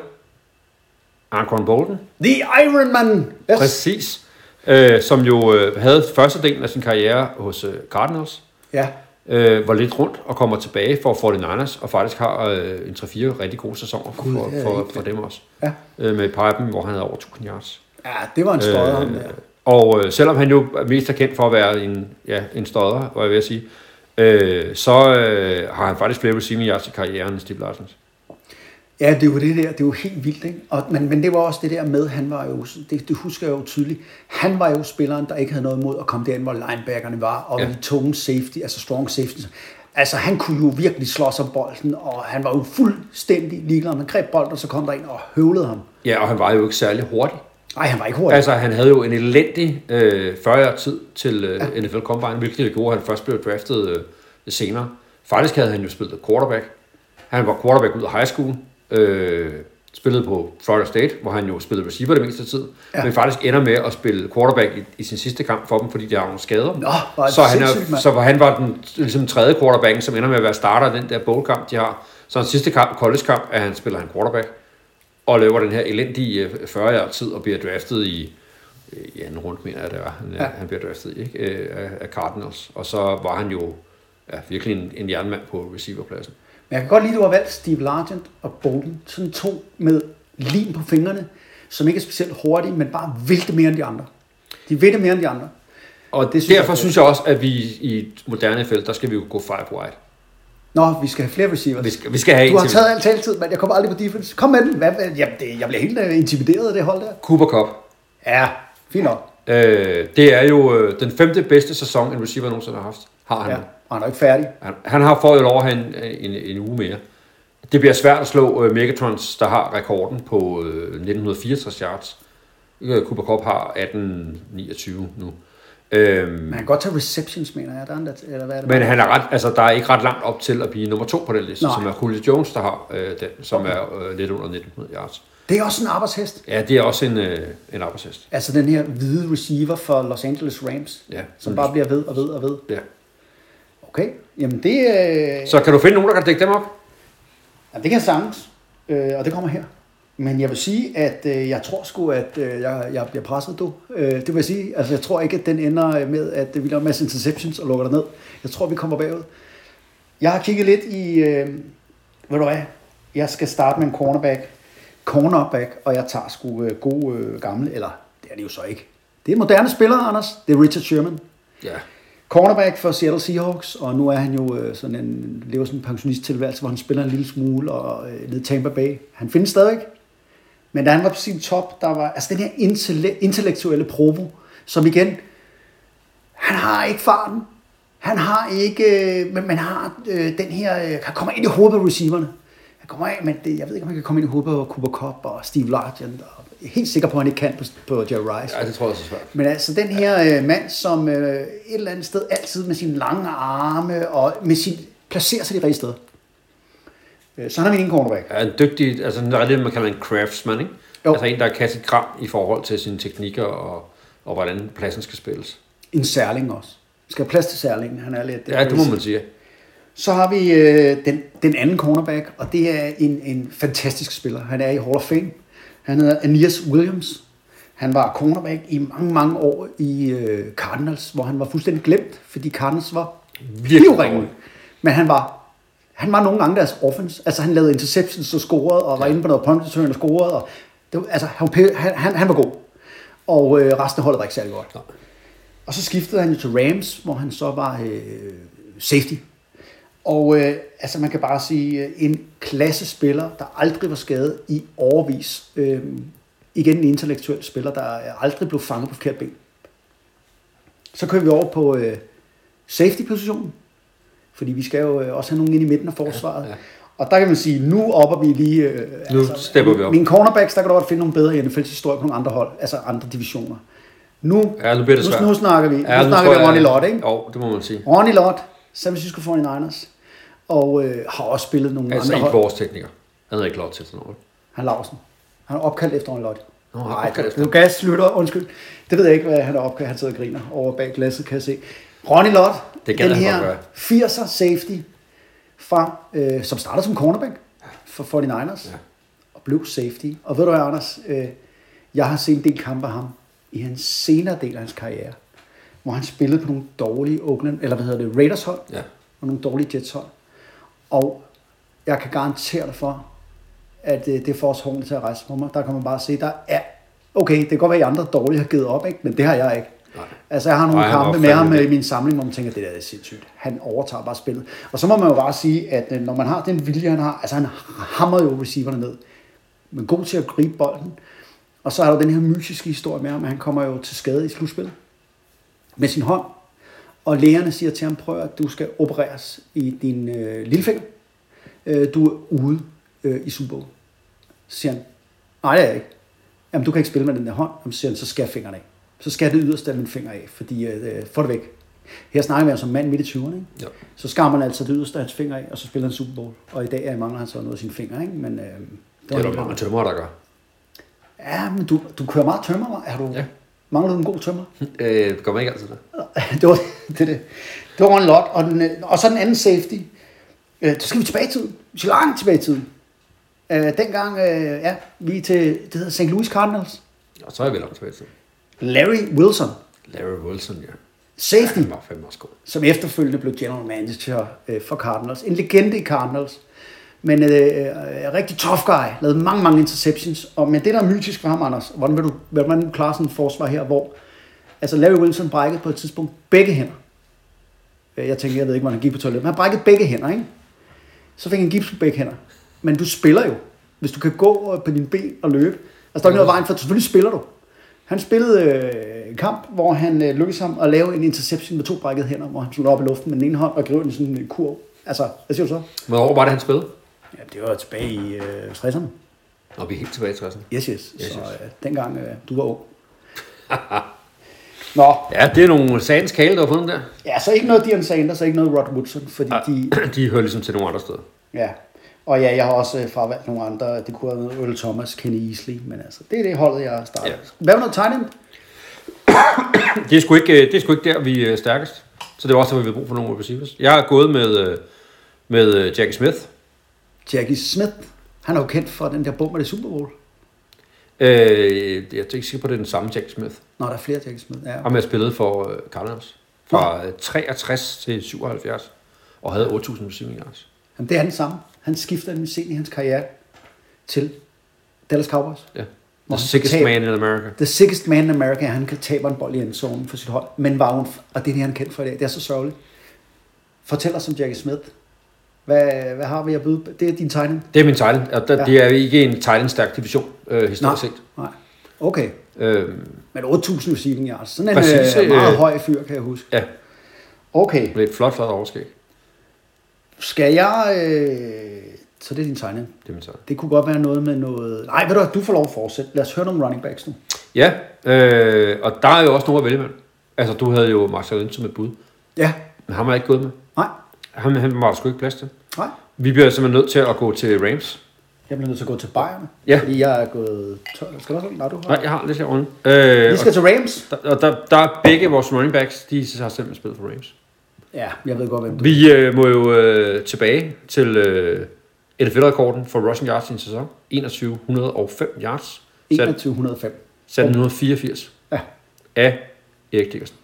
Anquan Bolden,
The Iron Man! Yes.
præcis, øh, som jo øh, havde første del af sin karriere hos øh, Cardinals,
Ja,
øh, var lidt rundt og kommer tilbage for 49ers, og faktisk har øh, en 3-4 rigtig gode sæsoner for,
Gud, det er
for, for,
rigtigt.
for dem også.
Ja.
Øh, med et par af dem, hvor han havde over 1000 yards.
ja det var en støjer, øh, ham der.
Og øh, selvom han jo er mest er kendt for at være en, ja, en stodder, var jeg ved at sige, øh, så øh, har han faktisk flere receiving yards i karrieren end Steve Larsens.
Ja, det er jo det der. Det er jo helt vildt, ikke? Og, men, men det var også det der med, han var jo, det, det husker jeg jo tydeligt, han var jo spilleren, der ikke havde noget imod at komme derind, hvor linebackerne var, og
Ja.
ja. i tunge safety, altså strong safety. Altså, han kunne jo virkelig slås om bolden, og han var jo fuldstændig ligeglad. Han greb bolden, og så kom der en og høvlede ham.
Ja, og han var jo ikke særlig hurtig.
Nej, han var ikke hurtig. Altså,
Altså, han havde jo en elendig øh, 40 tid til øh, ja. NFL Combine, hvilket gjorde, at han først blev draftet øh, senere. Faktisk havde han jo spillet quarterback. Han var quarterback ud af high school, øh, spillede på Florida State, hvor han jo spillede receiver det meste af tiden, ja. men faktisk ender med at spille quarterback i, i sin sidste kamp for dem, fordi de har nogle skader.
hvor er det
så, han
sindssygt,
er,
mand.
så han var den ligesom, tredje quarterbacken, som ender med at være starter i den der bowl-kamp, de har. Så den sidste kamp, college-kamp, er han spiller han quarterback og løber den her elendige 40 tid og bliver draftet i, øh, i anden runde, mener jeg, det var. Han, ja. han bliver draftet i, ikke? Øh, af- af Cardinals. Og så var han jo ja, virkelig en, en jernmand på receiverpladsen.
men jeg kan godt lide, at du har valgt Steve Largent og Bolden. Sådan to med lim på fingrene, som ikke er specielt hurtige, men bare vil det mere end de andre. De vil det mere end de andre.
Og det
synes
synes derfor
jeg-
jeg, synes jeg også, at vi i et moderne felt, der skal vi jo gå five wide.
Nå, vi skal have flere receivers.
Vi skal, vi skal have
Du
en
har
til.
taget alt taletid, men jeg kommer aldrig på defense. Kom med den. Hvad, hvad, jamen, det, jeg bliver helt øh, intimideret af det hold der.
Cooper Cup.
Ja, fint nok.
Øh, det er jo øh, den femte bedste sæson, en receiver nogensinde har haft. Har han
Ja,
nu.
og han er ikke færdig.
Han, han har fået lov at have en, en, en uge mere. Det bliver svært at slå uh, Megatrons, der har rekorden på uh, 1964 yards. Øh, Cooper Cup har 1829 nu. Øhm,
Men han kan godt tage receptions, mener jeg. Der er en, der, eller hvad er det?
men han er ret, altså, der er ikke ret langt op til at blive nummer to på den liste,
Nej.
som er Julio Jones, der har øh, den, som er øh, lidt under 1900 yards.
det er også en arbejdshest.
Ja, det er også en, øh, en arbejdshest.
Altså den her hvide receiver for Los Angeles Rams,
Ja.
som bare bliver ved og ved og ved.
Ja.
Okay, jamen det, øh,
Så kan du finde nogen, der kan dække dem op?
jamen, det kan jeg sagtens, øh, og det kommer her. Men jeg vil sige, at øh, jeg tror sgu, at øh, jeg, jeg bliver presset, du. Øh, det vil jeg sige. Altså, jeg tror ikke, at den ender øh, med, at øh, vi laver en masse interceptions og lukker dig ned. Jeg tror, vi kommer bagud. Jeg har kigget lidt i... Øh, ved du hvad? Jeg skal starte med en cornerback. Cornerback, og jeg tager sgu øh, gode øh, gamle... Eller, det er det jo så ikke. Det er moderne spillere, Anders. Det er Richard Sherman.
Ja.
Cornerback for Seattle Seahawks, og nu er han jo øh, sådan en, lever sådan en pensionisttilværelse, hvor han spiller en lille smule og øh, ned i Tampa Bay. Han findes stadigvæk. Men da han var på sin top, der var altså den her intelle- intellektuelle provo, som igen, han har ikke farten. Han har ikke, øh, men man har øh, den her, øh, han kommer ind i hovedet på receiverne. Han kommer af, men det, jeg ved ikke, om han kan komme ind i hovedet på Cooper Cup og Steve Largent. Og jeg er helt sikker på, at han ikke kan på, på Jerry Rice.
ja, det tror jeg også er svært.
Men altså den her øh, mand, som øh, et eller andet sted altid med sine lange arme og med sin, placerer sig de rigtige steder. Øh, så han er min ene cornerback.
er en dygtig, altså en rigtig, man kalder en craftsman, ikke?
Jo.
Jo. Altså en, der kan sit kram i forhold til sine teknikker og, og hvordan pladsen skal spilles.
En særling også. Skal have plads til særlingen. Han er lidt... øh,
Ja, det må man sige.
Så har vi øh, den, den anden cornerback, og det er en, en fantastisk spiller. Han er i Hall of Fame. Han hedder Aeneas Williams. Han var cornerback i mange, mange år i øh, Cardinals, hvor han var fuldstændig glemt, fordi Cardinals var pivringen.
dårlig.
Men han var, han var nogle gange deres offense. Altså han lavede interceptions og scorede, og var inde på noget punt return og scorede. Og det var, altså, han, var pæ- han, han, han var god. Og øh, resten af holdet var ikke særlig godt. Og så skiftede han jo til Rams, hvor han så var øh, safety. Og øh, altså man kan bare sige, øh, en klassespiller, der aldrig var skadet i overvis. Øh, igen en intellektuel spiller, der øh, aldrig blev fanget på forkert ben. Så kører vi over på øh, safety-positionen, fordi vi skal jo øh, også have nogen ind i midten af forsvaret. Ja, ja. Og der kan man sige, nu opper vi lige... Øh,
Nu stepper vi op.
Mine cornerbacks, der kan du godt finde nogle bedre i NFL's historie på nogle andre hold, altså andre divisioner. Nu,
Ja, nu bliver det
nu,
svært.
nu snakker vi,
Ja,
ja, nu snakker
tror
vi om
jeg-
Ronnie Lott, ikke?
Jo, det må man sige.
Ronnie Lott, San Francisco 49ers, og øh, har også spillet nogle
Altså
andre
ikke
hold.
vores tekniker. Han havde ikke lov til sådan noget.
Han Larsen. Han er opkaldt efter Ronnie Lott.
Nå, han er
Nej,
opkaldt
det
efter
er gas, slutter, undskyld. Det ved jeg ikke, hvad han er opkaldt. Han sidder og griner over bag glasset, kan jeg se. Ronnie Lott,
Det gad
den
han
her
godt
80'er safety, fra, øh, som startede som cornerback for 49ers, ja. og blev safety. Og ved du hvad, Anders, øh, jeg har set en del kampe af ham i hans senere del af hans karriere, hvor han spillede på nogle dårlige Oakland, eller hvad hedder det, Raiders hold,
Ja.
og nogle dårlige Jets hold. Og jeg kan garantere dig for, at øh, det får os hårdt til at rejse på mig. Der kan man bare se, der er, okay, det kan godt være, at I andre dårlige har givet op, ikke? men det har jeg ikke. Altså, jeg har nogle
Nej, han var
kampe med
fandme
ham
vild.
øh, i min samling, hvor man tænker, det der er sindssygt. Han overtager bare spillet. Og så må man jo bare sige, at øh, når man har den vilje, han har, altså han hammer jo receiverne ned, men god til at gribe bolden. Og så er der jo den her mystiske historie med ham, at han kommer jo til skade i slutspillet med sin hånd. Og lægerne siger til ham, prøv at du skal opereres i din øh, lillefinger. Øh, du er ude øh, i Super Bowl. Så siger han, nej det er jeg ikke. Jamen du kan ikke spille med den der hånd. Jamen, så siger han, så skal fingeren af. Så skal det yderste af min finger af, fordi øh, få det væk. Her snakker vi altså om mand midt i 20'erne. Ikke?
Ja.
Så skammer han altså det yderste af hans finger af, og så spiller han Super Bowl. Og i dag øh, mangler han så noget af sine fingre, ikke? Men, øh, det var
Eller
en-
mange tømmer, der gør.
Ja, men du, du kører meget tømmer, hva'? er du?
Ja.
Mangler du en god tømmer?
Øh, det kommer ikke altid der.
det var det, er det. Det var en lot. Og, den, øh, og så den anden safety. Øh, så skal vi tilbage i tiden. Vi skal langt tilbage i tiden. Øh, dengang, øh, ja, vi er til, det hedder St. Louis Cardinals.
Og så er jeg vel om tilbage til.
Larry Wilson,
Larry Wilson, ja.
safety,
Han var fandme også god.
som efterfølgende blev general manager øh, for Cardinals. En legende i Cardinals. Men øh, øh, rigtig tough guy. Lavede mange, mange interceptions. Og, men det, der er mytisk for ham, Anders, hvordan vil du, hvordan vil du klare sådan et forsvar her, hvor altså Larry Wilson brækkede på et tidspunkt begge hænder. Øh, Jeg tænker, jeg ved ikke, hvor han gik på toilettet, men han brækkede begge hænder, ikke? Så fik han gips på begge hænder. Men du spiller jo, hvis du kan gå øh, på dine ben og løbe. Altså, der er ikke noget i vejen for, selvfølgelig spiller du. Han spillede øh, en kamp, hvor han øh, lykkedes ham at lave en interception med to brækkede hænder, hvor han slog den op i luften med den ene hånd og grev den i sådan en kurv. Altså, hvad siger du så?
Hvornår var det, han spillede?
Ja, det var tilbage i øh, 60'erne.
Nå, vi er helt tilbage i 60'erne.
Yes, yes. yes så
yes.
øh, dengang øh, du var ung. Nå,
Ja, det er nogle sagens kale, der var fundet der.
ja, så ikke noget Dion Sanders, og ikke noget Rod Woodson, fordi de,
De hører ligesom til nogle andre steder.
Ja, og ja, jeg har også øh, fravalgt nogle andre. Det kunne have været Earl Thomas, Kenny Easley, men altså, det er det holdet, jeg har startet.
Ja.
Ja. Hvad var noget tight end?
Det er, sgu ikke, øh, det er sgu ikke der, vi er stærkest. Så det var også, at vi havde brug for nogle receivers. Jeg har gået med, øh, med øh, Jackie Smith.
Jackie Smith. Han er jo kendt for den der bum af det Super Bowl.
Øh, jeg er ikke sikker på, at det er den samme Jackie Smith.
Nå, der er flere Jackie Smith. Ja.
Ham jeg spillede for øh, Cardinals. Fra øh, 63 til 77. Og havde 8.000 receiving yards.
Jamen, det er han samme. Han skifter nemlig sent i hans karriere til Dallas Cowboys.
Ja.
Nå,
The sickest
tab.
man in America.
The sickest man in America, han kan tabe en bold i endzonen for sit hold. Men var hun, og det er det, han er kendt for i dag. Det er så sørgeligt. Fortæl os om Jackie Smith. Hvad, hvad har vi at byde? på? Det er din tegning.
Det er min Thailand. Og der,
Ja.
ja. det er ikke en Thailand-stærk division, øh, historisk set.
Nej. Okay.
Øh,
Men 8.000 receiving yards. Sådan en
Præcis,
øh, meget
øh,
høj fyr, kan jeg huske.
ja,
Okay,
med et flot, flot overskæg.
skal jeg... Øh... Så det er din tegning.
Det er min Thailand.
Det kunne godt være noget med noget... Nej, ved du, hvad, du får lov at fortsætte. Lad os høre nogle running backs nu.
Ja, øh, og der er jo også nogle at vælge med. Altså, du havde jo Marcel Lynch som et bud.
Ja.
Men ham har jeg ikke gået med.
Nej.
Ham, han var der sgu ikke plads til.
Nej.
Vi bliver simpelthen nødt til at gå til Rams.
Jeg bliver nødt til at gå til Bayern.
Ja.
Fordi jeg er gået... tør- Skal du også? Nej, du har...
Nej, jeg har lidt her rundt. Øh,
Vi skal til Rams.
og, der, og der, der er begge vores running backs, de har simpelthen spillet for Rams.
Ja, jeg ved godt, hvem du...
Vi øh, må jo øh, tilbage til øh, NFL-rekorden for rushing yards i en sæson. 2105 yards. Sat,
2105.
sat 184
Ja.
af Erik Dickerson.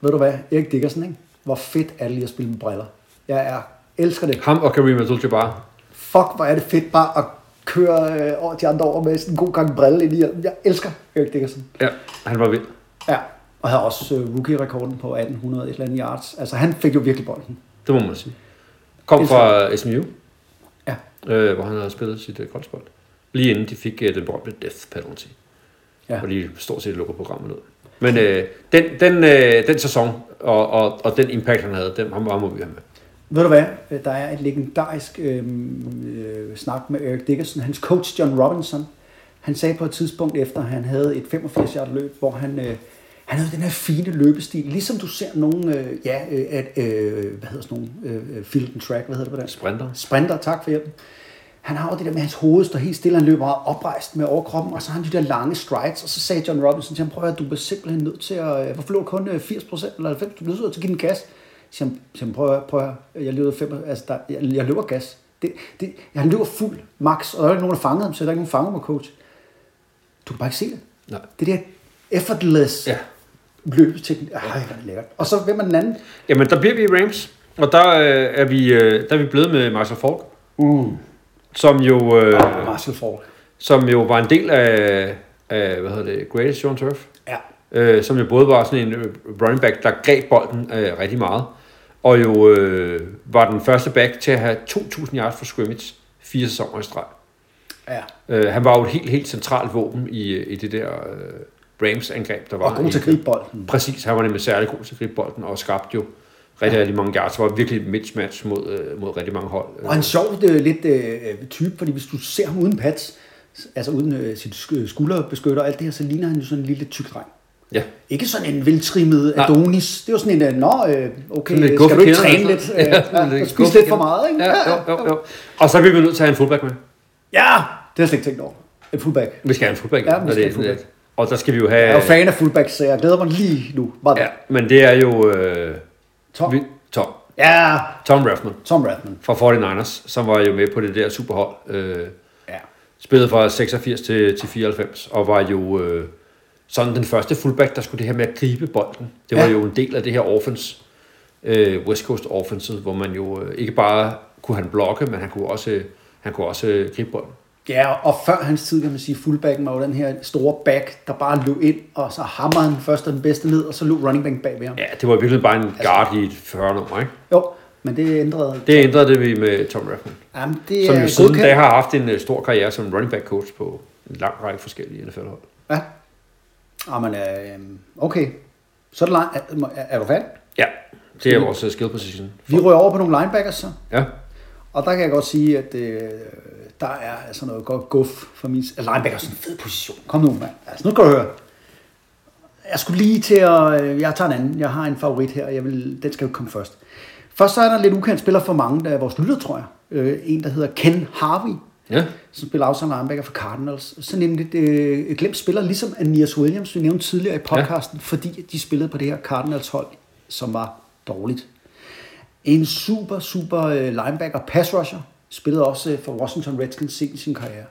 Ved du hvad? Erik Dickerson, ikke? Hvor fedt er det lige at spille med briller. Jeg er... elsker det.
Ham og Kareem Abdul-Jabbar
Fuck, hvor er det fedt bare at køre øh, over de andre over med sådan en god gang brille ind i hjelmen. Jeg elsker Erik Dickerson.
Ja, han var vild.
Ja, og havde også øh, rookie-rekorden på 1800 et eller andet yards. Altså, han fik jo virkelig bolden.
Det må man sige. Kom fra SMU,
Ja.
øh, hvor han havde spillet sit øh, golfspil. Lige inden de fik øh, den berømte death penalty.
Ja.
Og de stort set lukker programmet ud. Men øh, den, den, øh, den sæson og, og, og den impact, han havde, den ham, ham må vi have med.
Ved du hvad? Øh, Der er et legendarisk øh, øh, snak med Erik Dickerson. Hans coach, John Robinson, han sagde på et tidspunkt efter, at han havde et 85 yard løb, hvor han, øh, han havde den her fine løbestil. Ligesom du ser nogle, øh, ja, øh, at, øh, hvad hedder sådan nogle, øh, øh, field and track, hvad hedder det på dansk?
Sprinter.
Sprinter, tak for hjælpen. Han har jo det der med, at hans hoved står helt stille, han løber meget oprejst med overkroppen, og så har han de der lange strides, og så sagde John Robinson til ham, prøv at høre, du bliver simpelthen nødt til at, øh, hvorfor lå kun øh, 80% eller 90%, du bliver nødt til at give den gas. Så siger han, siger han, prøv at høre, prøv at høre, jeg løber, fem, altså der, jeg, jeg løber gas. Det, det, han løber fuld max, og der er ikke nogen, der fanger ham, så der er ikke nogen fanger mig, coach. Du kan bare ikke se det.
Nej.
Det der effortless
Ja.
ja. løbeteknik. Ej, hvor er det lækkert. Og så hvem er den anden?
Jamen, der bliver vi i Rams, og der, øh, er, vi, øh, der er vi blevet med Marshall Falk.
Mm.
Som jo, øh,
Marcel Falk.
som jo var en del af, af hvad hedder det, Greatest Show on Turf.
Ja.
øh, som jo både var sådan en øh, running back, der greb bolden øh, rigtig meget, og jo øh, var den første back til at have 2.000 yards for scrimmage fire sæsoner i streg.
Ja.
Øh, han var jo et helt, helt centralt våben i, øh, i det der øh, Rams-angreb, der var.
Og god til at
i-
gribe bolden.
Præcis, han var nemlig særlig god til at gribe bolden, og skabte jo rigtig, rigtig mange yards. Det var virkelig et mismatch mod, øh, mod rigtig mange hold.
Og en sjov øh, lidt øh, type, fordi hvis du ser ham uden pads, altså uden øh, sit sk- øh, skulderbeskytter og alt det her, så ligner han jo sådan en lille tyk dreng.
Ja.
Ikke sådan en veltrimmet
Nej.
Adonis. Det er jo sådan en, øh, nå, øh, okay,
Sådan lidt
skal du ikke
guffet
træne
kinder og
lidt?
sådan
Øh,
noget. altså. Ja,
ja,
lidt
og
guffet
spise lidt for
kinder.
meget, ikke?
Ja, jo, jo, jo. Og så bliver vi nødt til at have en fullback med.
ja, det har jeg slet ikke tænkt over. En fullback.
Vi skal have en fullback.
Ja, vi
når
skal
det
have
er sådan
fullback.
lidt. Og der skal vi jo
Jeg
have...
er jo fan af fullbacks, så jeg glæder mig lige nu. Meget
Ja,
ja.
men det er jo... Øh,
Tom.
vi, Tom.
ja,
Tom Rathman
Tom Rathman.
fra 49ers, som var jo med på det der superhold. Øh,
Ja.
spillede fra 86 til, til 94, og var jo øh, sådan den første fullback, der skulle det her med at gribe bolden. Det var
Ja.
ja. jo en del af det her offense, øh, West Coast offense, hvor man jo øh, ikke bare kunne han blokke, men han kunne også, øh, han kunne også øh, gribe bolden.
Ja, og før hans tid, kan man sige, fullbacken var jo den her store back, der bare løb ind, og så hammerede han først og den bedste ned, og så løb running back bag ved ham.
Ja, det var virkelig bare en guard i et 40-nummer, ikke?
Jo, men det ændrede...
Det ændrede det vi med Tom Rathman,
Jamen, det
som
er
jo siden
godkendt.
da har haft en øh, stor karriere som running back coach på en lang række forskellige NFL-hold.
Ja. Jamen, øh, okay. Så er, det line... er, er du færdig?
Ja, det er vores øh, skill position.
Vi rører over på nogle linebackers så.
Ja,
Og der kan jeg godt sige, at øh, der er altså noget godt guf for min... Altså, linebacker er sådan en fed position. Kom nu, mand. Altså, nu kan du høre. Jeg skulle lige til at... øh, Jeg tager en anden. Jeg har en favorit her, og jeg vil, den skal jo komme først. Først så er der en lidt ukendt spiller for mange af vores lytter, tror jeg. Øh, en, der hedder Ken Harvey,
ja.
som spiller outside linebacker for Cardinals. Sådan en lidt øh, glemt spiller, ligesom Anias Williams, vi nævnte tidligere i podcasten, ja. fordi de spillede på det her Cardinals-hold, som var dårligt. En super, super øh, linebacker, pass rusher, spillede også øh, for Washington Redskins sent i sin karriere.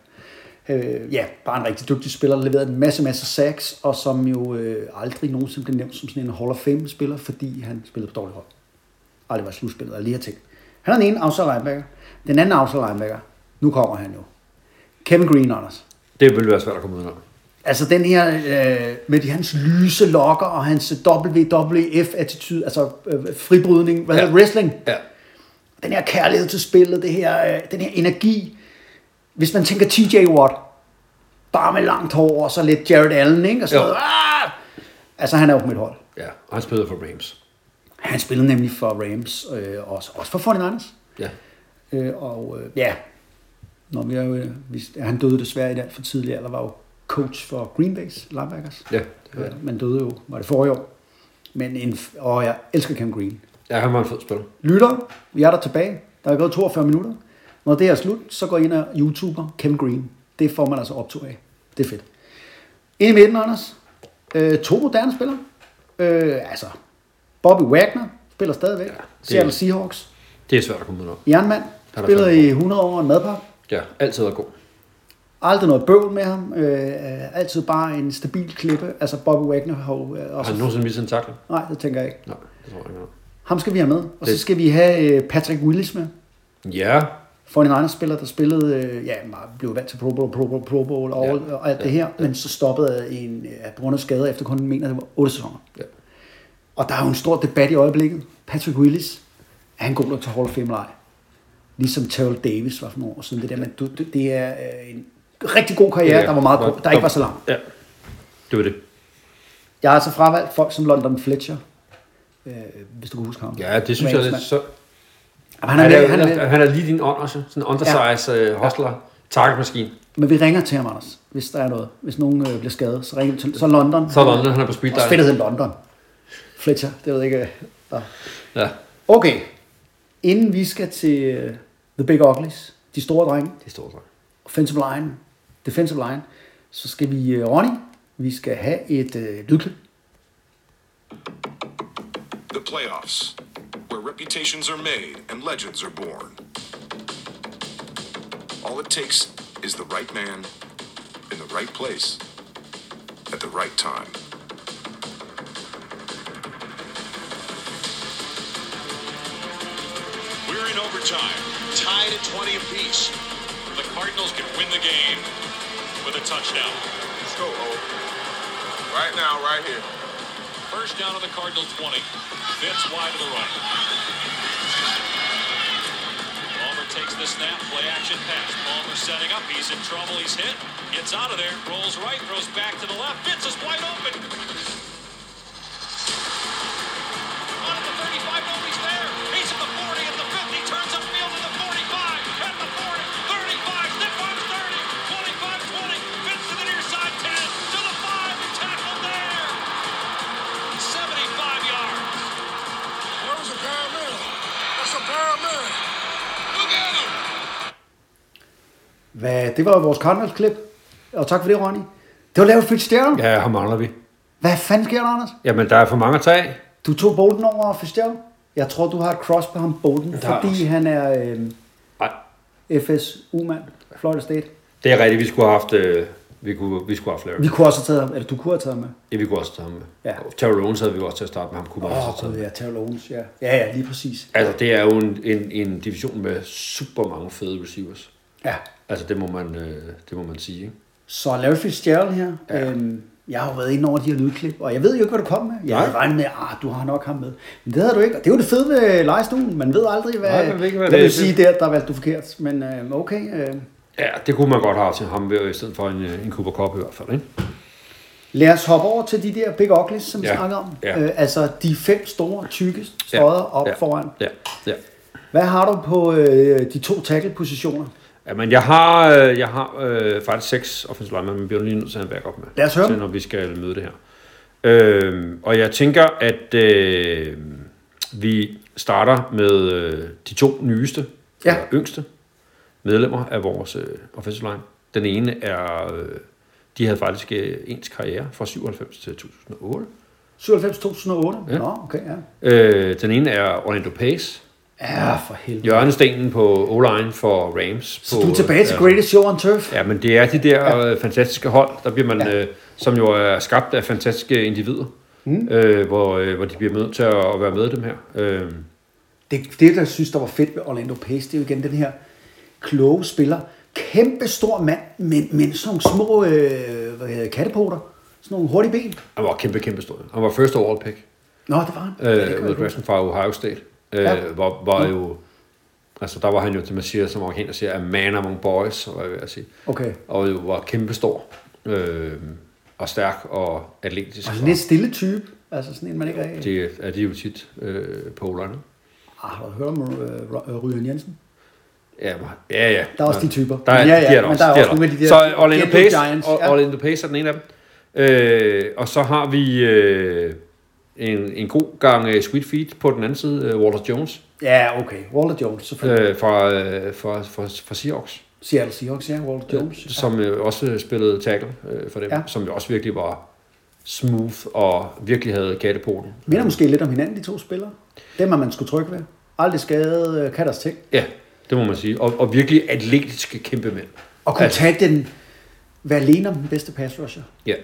Øh, ja, bare en rigtig dygtig spiller, der leverede en masse, masse sacks, og som jo øh, aldrig nogensinde blev nævnt som sådan en Hall of Fame-spiller, fordi han spillede på dårligt hold. Og det var slutspillet, og lige her ting. Han er den ene outside linebacker. Den anden outside linebacker, nu kommer han jo. Kevin Green, Anders.
Det ville være svært at komme udenom.
Altså den her, øh, med de, hans lyse lokker og hans WWF-attitude, altså øh, fribrydning, hvad ja.
Ja.
hedder det, wrestling.
Ja.
Den her kærlighed til spillet, det her, øh, den her energi. Hvis man tænker TJ Watt, bare med langt hår og så lidt Jared Allen, ikke? Og sådan
Jo.
noget. Ah! Altså han er jo på mit hold.
Ja, og han spillede for Rams.
Han spillede nemlig for Rams, øh, også, også for 49ers.
Ja.
Øh, og øh, ja, Nå, vi er jo, øh, vi, han døde desværre i den for tidlig alder, var jo coach for Green Bay's linebackers.
Ja, det var
Øh, Man døde jo, var det forrige år. Men en, f- og jeg elsker Cam Green.
Ja, han var en fed spiller.
Lytter, vi er der tilbage. Der er gået 42 minutter. Når det er slut, så går I ind og YouTuber Cam Green. Det får man altså optur af. Det er fedt. Ind i midten, Anders. Øh, to moderne spillere. Øh, altså, Bobby Wagner spiller stadigvæk. Ja, Seattle Seahawks.
Det er svært at komme udenom.
Jernmand
er der
spiller
fandme
i 100 år en madpakke.
Ja, altid er god.
Aldrig noget bøvl med ham. Øh, øh, altid bare en stabil klippe. Altså Bobby Wagner har jo øh,
Har
også...
han nogensinde mistet en takling?
Nej, det tænker jeg ikke.
Nej, det tror jeg ikke.
Ham skal vi have med. Og så
Det-
skal vi have øh, Patrick Willis med.
Ja,
For en anden spiller, der spillede, øh, ja, man blev vant til Pro Bowl, Pro Bowl, Pro Bowl og, ja,
Ja,
og alt det her, men så stoppede i en, øh, på grund af skader efter kun, mener det var otte sæsoner.
Ja.
Og der er jo en stor debat i øjeblikket. Patrick Willis, er han god nok til Hall of Fame leg? Ligesom Terrell Davis var for nogle år siden. Det, der, men du, det, det er øh, en rigtig god karriere,
Ja,
der var meget
godt.
god, der ikke var så lang.
ja. Det var det.
Jeg har altså fravalgt folk som London Fletcher, øh, hvis du kan huske ham.
Ja, det synes jeg er lidt så...
Jamen, han
Han
er,
er,
med, han er med.
han er lige din ånd også. Sådan en undersize ja. hustler. Targetmaskine.
Men vi ringer til ham, Anders, hvis der er noget. Hvis nogen øh, bliver skadet, så ringer vi til så London.
Så er London, han er på speed
Også fedt, at hedde London. Fletcher, det ved jeg ikke. øh, nå.
Ja,
Okay, inden vi skal til øh, The Big Uglies, de store drenge,
det står så.
offensive line, defensive line, så skal vi, øh, Ronny, vi skal have et øh, lydklip.
The playoffs, where reputations are made and legends are born. All it takes is the right man in the right place at the right time.
We're in overtime, tied at 20 apiece. The Cardinals can win the game with a touchdown.
Let's go, Hope. Right now, right here.
First down on the Cardinal 20. Fitz wide to the right. Palmer takes the snap, play action pass. Palmer setting up. He's in trouble. He's hit. Gets out of there. Rolls right. Throws back to the left. Fitz is wide open. On at the 35. Nobody's there. He's at the 40. At the 50. Turns upfield to the 45. At the 40. 35. Snip on 30. 25. 20. Fitz to the near side. 10. To the 5. and Tackled there. 75 yards.
That was a bad man. That's a bad man. Look at him.
Hvad, det var jo vores Cardinals-klip. Og tak for det, Ronny. Det var lavet Fitzgerald. Ja.
Ja, ham mangler vi.
Hvad fanden sker der, Anders?
Jamen, der er for mange at tage af.
Du tog Bolden over Fitzgerald. Jeg tror, du har et cross på ham, Bolden,
har jeg
fordi
også.
han er øh,
Nej,
FSU-mand. Florida State.
det er rigtigt. Vi skulle have haft... Øh, vi, kunne, vi skulle have haft Larry.
Vi kunne også have taget ham, eller du kunne have taget ham med.
Ja, vi kunne også tage ham med.
Ja.
Og Terry Owens havde vi også til at starte med. Ham kunne man
Åh,
også have
oh,
taget
gud,
med.
ja, Terrell Owens, ja. Ja, ja, lige præcis.
Altså, det er jo en, en, en division med super mange fede receivers.
Ja.
Altså, det må man, øh, det må man sige, ikke?
Så Larry Fitzgerald her. Ja. Øhm, jeg har jo været inde over de her lydklip, og jeg ved jo ikke, hvad du kom med. Jeg havde regnet med, at du har nok ham med. Men det havde du ikke, og det er jo det fede ved legestuen. Man ved aldrig, hvad...
Nej, man ved ikke, hvad
jeg
det er.
vil sige, der, der valgte du forkert, men øh, okay. Øh.
Ja, det kunne man godt have haft til ham ved, i stedet for en, øh, en Cooper Cup i hvert fald, ikke?
Lad os hoppe over til de der Big Uglies, som vi
Ja.
snakker om.
Ja.
Øh, altså de fem store, tykke stodder
ja,
op
ja,
foran.
Ja, ja.
Hvad har du på øh, de to tackle-positioner?
Jamen, jeg har, øh, jeg har øh, faktisk seks offensive linemen, men vi bliver lige nødt til at have en backup med.
Lad os høre
til,
dem.
når vi skal møde det her. Øh, og jeg tænker, at øh, vi starter med øh, de to nyeste,
Ja.
eller yngste medlemmer af vores øh, offensive line. Den ene er, øh, de havde faktisk øh, ens karriere fra 97 til 2008.
97-2008?
Ja.
Nå, okay, ja.
Øh, den ene er Orlando Pace,
Ja, for helvede.
hjørnestenen på O-line for Rams.
Så
på,
du er tilbage til
ja.
Greatest Show on Turf?
Ja, men det er de der ja. fantastiske hold, der bliver man, ja. øh, som jo er skabt af fantastiske individer, mm. øh, hvor, øh, hvor de bliver nødt til at, at være med i dem her. Øh,
Det, det, der synes, der var fedt ved Orlando Pace, det er jo igen den her kloge spiller. Kæmpe stor mand, men, men sådan nogle små øh, hvad hedder, det, kattepoter. Sådan nogle hurtige ben.
han var kæmpe, kæmpe stor. Han var first overall pick
Nå, det var han. Ja, det kan
øh,
jeg
med
godt
draften fra Ohio State, øh,
Ja. Mm.
ja. hvor var jo... Altså, der var han jo til, man siger, som amerikaner siger, a man among boys, var jeg ved at sige.
Okay.
Og jo var kæmpe stor, øh, og stærk og atletisk.
Og sådan en lidt stille type. Altså sådan en, man ikke er...
det er de jo tit øh, på Holland.
Ah, har du hørt om øh, Ro- øh, Ryan Jensen?
Ja, men- ja, ja.
Der er også de
Nå,
typer.
Der er,
Men ja, ja,
de er der
men
også,
der er
de
også nogle af de der
Så Orlando
Gentle
Pace,
Giants,
og,
ja.
Orlando Pace er den ene af dem. Øh, og så har vi øh, en, en god gang øh, Sweet Feet på den anden side, øh, Walter Jones
Ja, okay. Walter Jones, selvfølgelig. Øh.
øh, fra, øh, fra, fra, fra Seahawks,
Seattle Seahawks, ja. Walter Jones. Ja.
som øh, også spillede tackle øh, for dem,
Ja.
ja. som jo også virkelig var smooth og virkelig havde kattepoten.
Minder måske lidt om hinanden, de to spillere. Dem er man skulle trykke ved. Aldrig skadet, øh, kan deres ting.
Ja, det må man sige. Og, og virkelig atletiske kæmpe mænd.
Og kunne
Altså.
tage den, være alene om den bedste pass rusher.
Ja,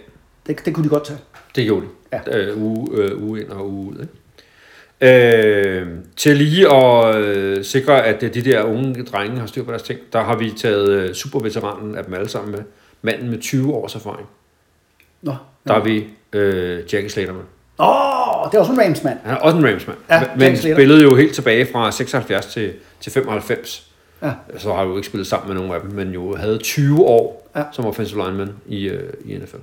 Det, det kunne de godt tage.
det gjorde de.
Ja.
Øh, uge, øh, uge ind og uge ud. Ikke? Øh, til lige at øh, sikre, at øh, de der unge drenge har styr på deres ting, der har vi taget øh, superveteranen af dem alle sammen med. Manden med 20 års erfaring.
Nå.
Der har vi øh, Jackie Slater med.
Åh, det er også en Rams mand.
Han er også en Ramsman,
Ja,
ja, men
Jackie Slater.
spillede jo helt tilbage fra 76 til, til 95.
Ja.
Så har han jo ikke spillet sammen med nogen af dem, men jo havde 20 år
Ja.
ja. som offensive lineman i, øh, i NFL.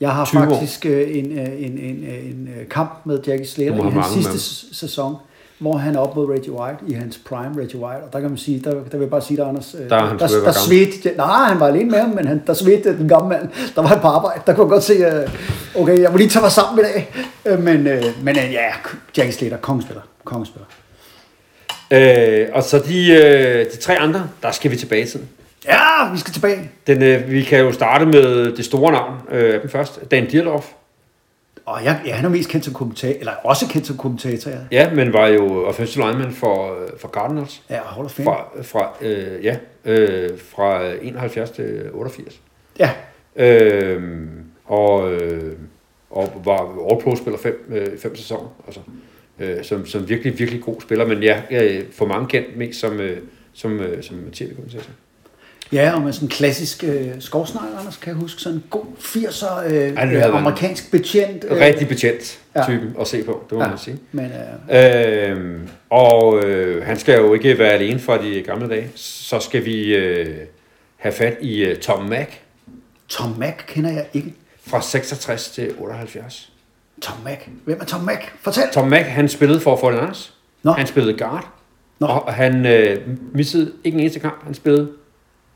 Jeg har
20 år.
faktisk øh, en, øh, en, en, øh, en øh, kamp med Jackie Slater
Du må
i
have
hans
mange med
sidste
ham.
s- sæson, hvor han er op mod Reggie White i hans prime Reggie White. Og der kan man sige, der, der vil jeg bare sige dig, Anders. øh,
Der er han
der,
sgu ved at
der
være gammel.
svedte, nej, han var alene med ham, men han, der svedte den gamle mand. Der var et par arbejde. Der kunne jeg godt se, øh, okay, jeg må lige tage mig sammen i dag. Øh, men, øh, men øh, ja, Jackie Slater, kongespiller. kongespiller.
Øh, og så de, øh, de tre andre, der skal vi tilbage i tiden.
Ja, vi skal tilbage.
Den, øh, vi kan jo starte med det store navn øh, af dem først. Dan Dirloff.
Og jeg, ja, han er mest kendt som kommentator, eller også kendt som kommentator. Ja,
Ja, men var jo offensive lineman for, øh, for Cardinals.
ja Hall of Fame.
Fra, fra, øh, ja, øh, fra 71 til 88.
Ja,
Øh, og, øh, og var All-Pro-spiller fem, øh, fem sæsoner. Altså, øh, som, som virkelig, virkelig god spiller. Men ja, øh, for mange kendt mest som, øh, som, øh, som tv-kommentator.
Ja, og med sådan en klassisk øh, skovsnegl, Anders, kan jeg huske. Sådan en god 80'er
Ej, det
øh,
havde
øh,
været
amerikansk betjent. Øh,
Rigtig betjent
ja.
typen at se på, det må ja. man sige.
Men øh,
Øhm, og øh, han skal jo ikke være alene fra de gamle dage. Så skal vi øh, have fat i øh, Tom Mack
Tom Mack kender jeg ikke.
fra 66 til 78.
Tom Mack. Hvem er Tom Mack? Fortæl.
Tom Mack, han spillede for Fortinanders.
Nå.
Han spillede guard.
Nå.
Og han øh, missede ikke en eneste kamp. Han spillede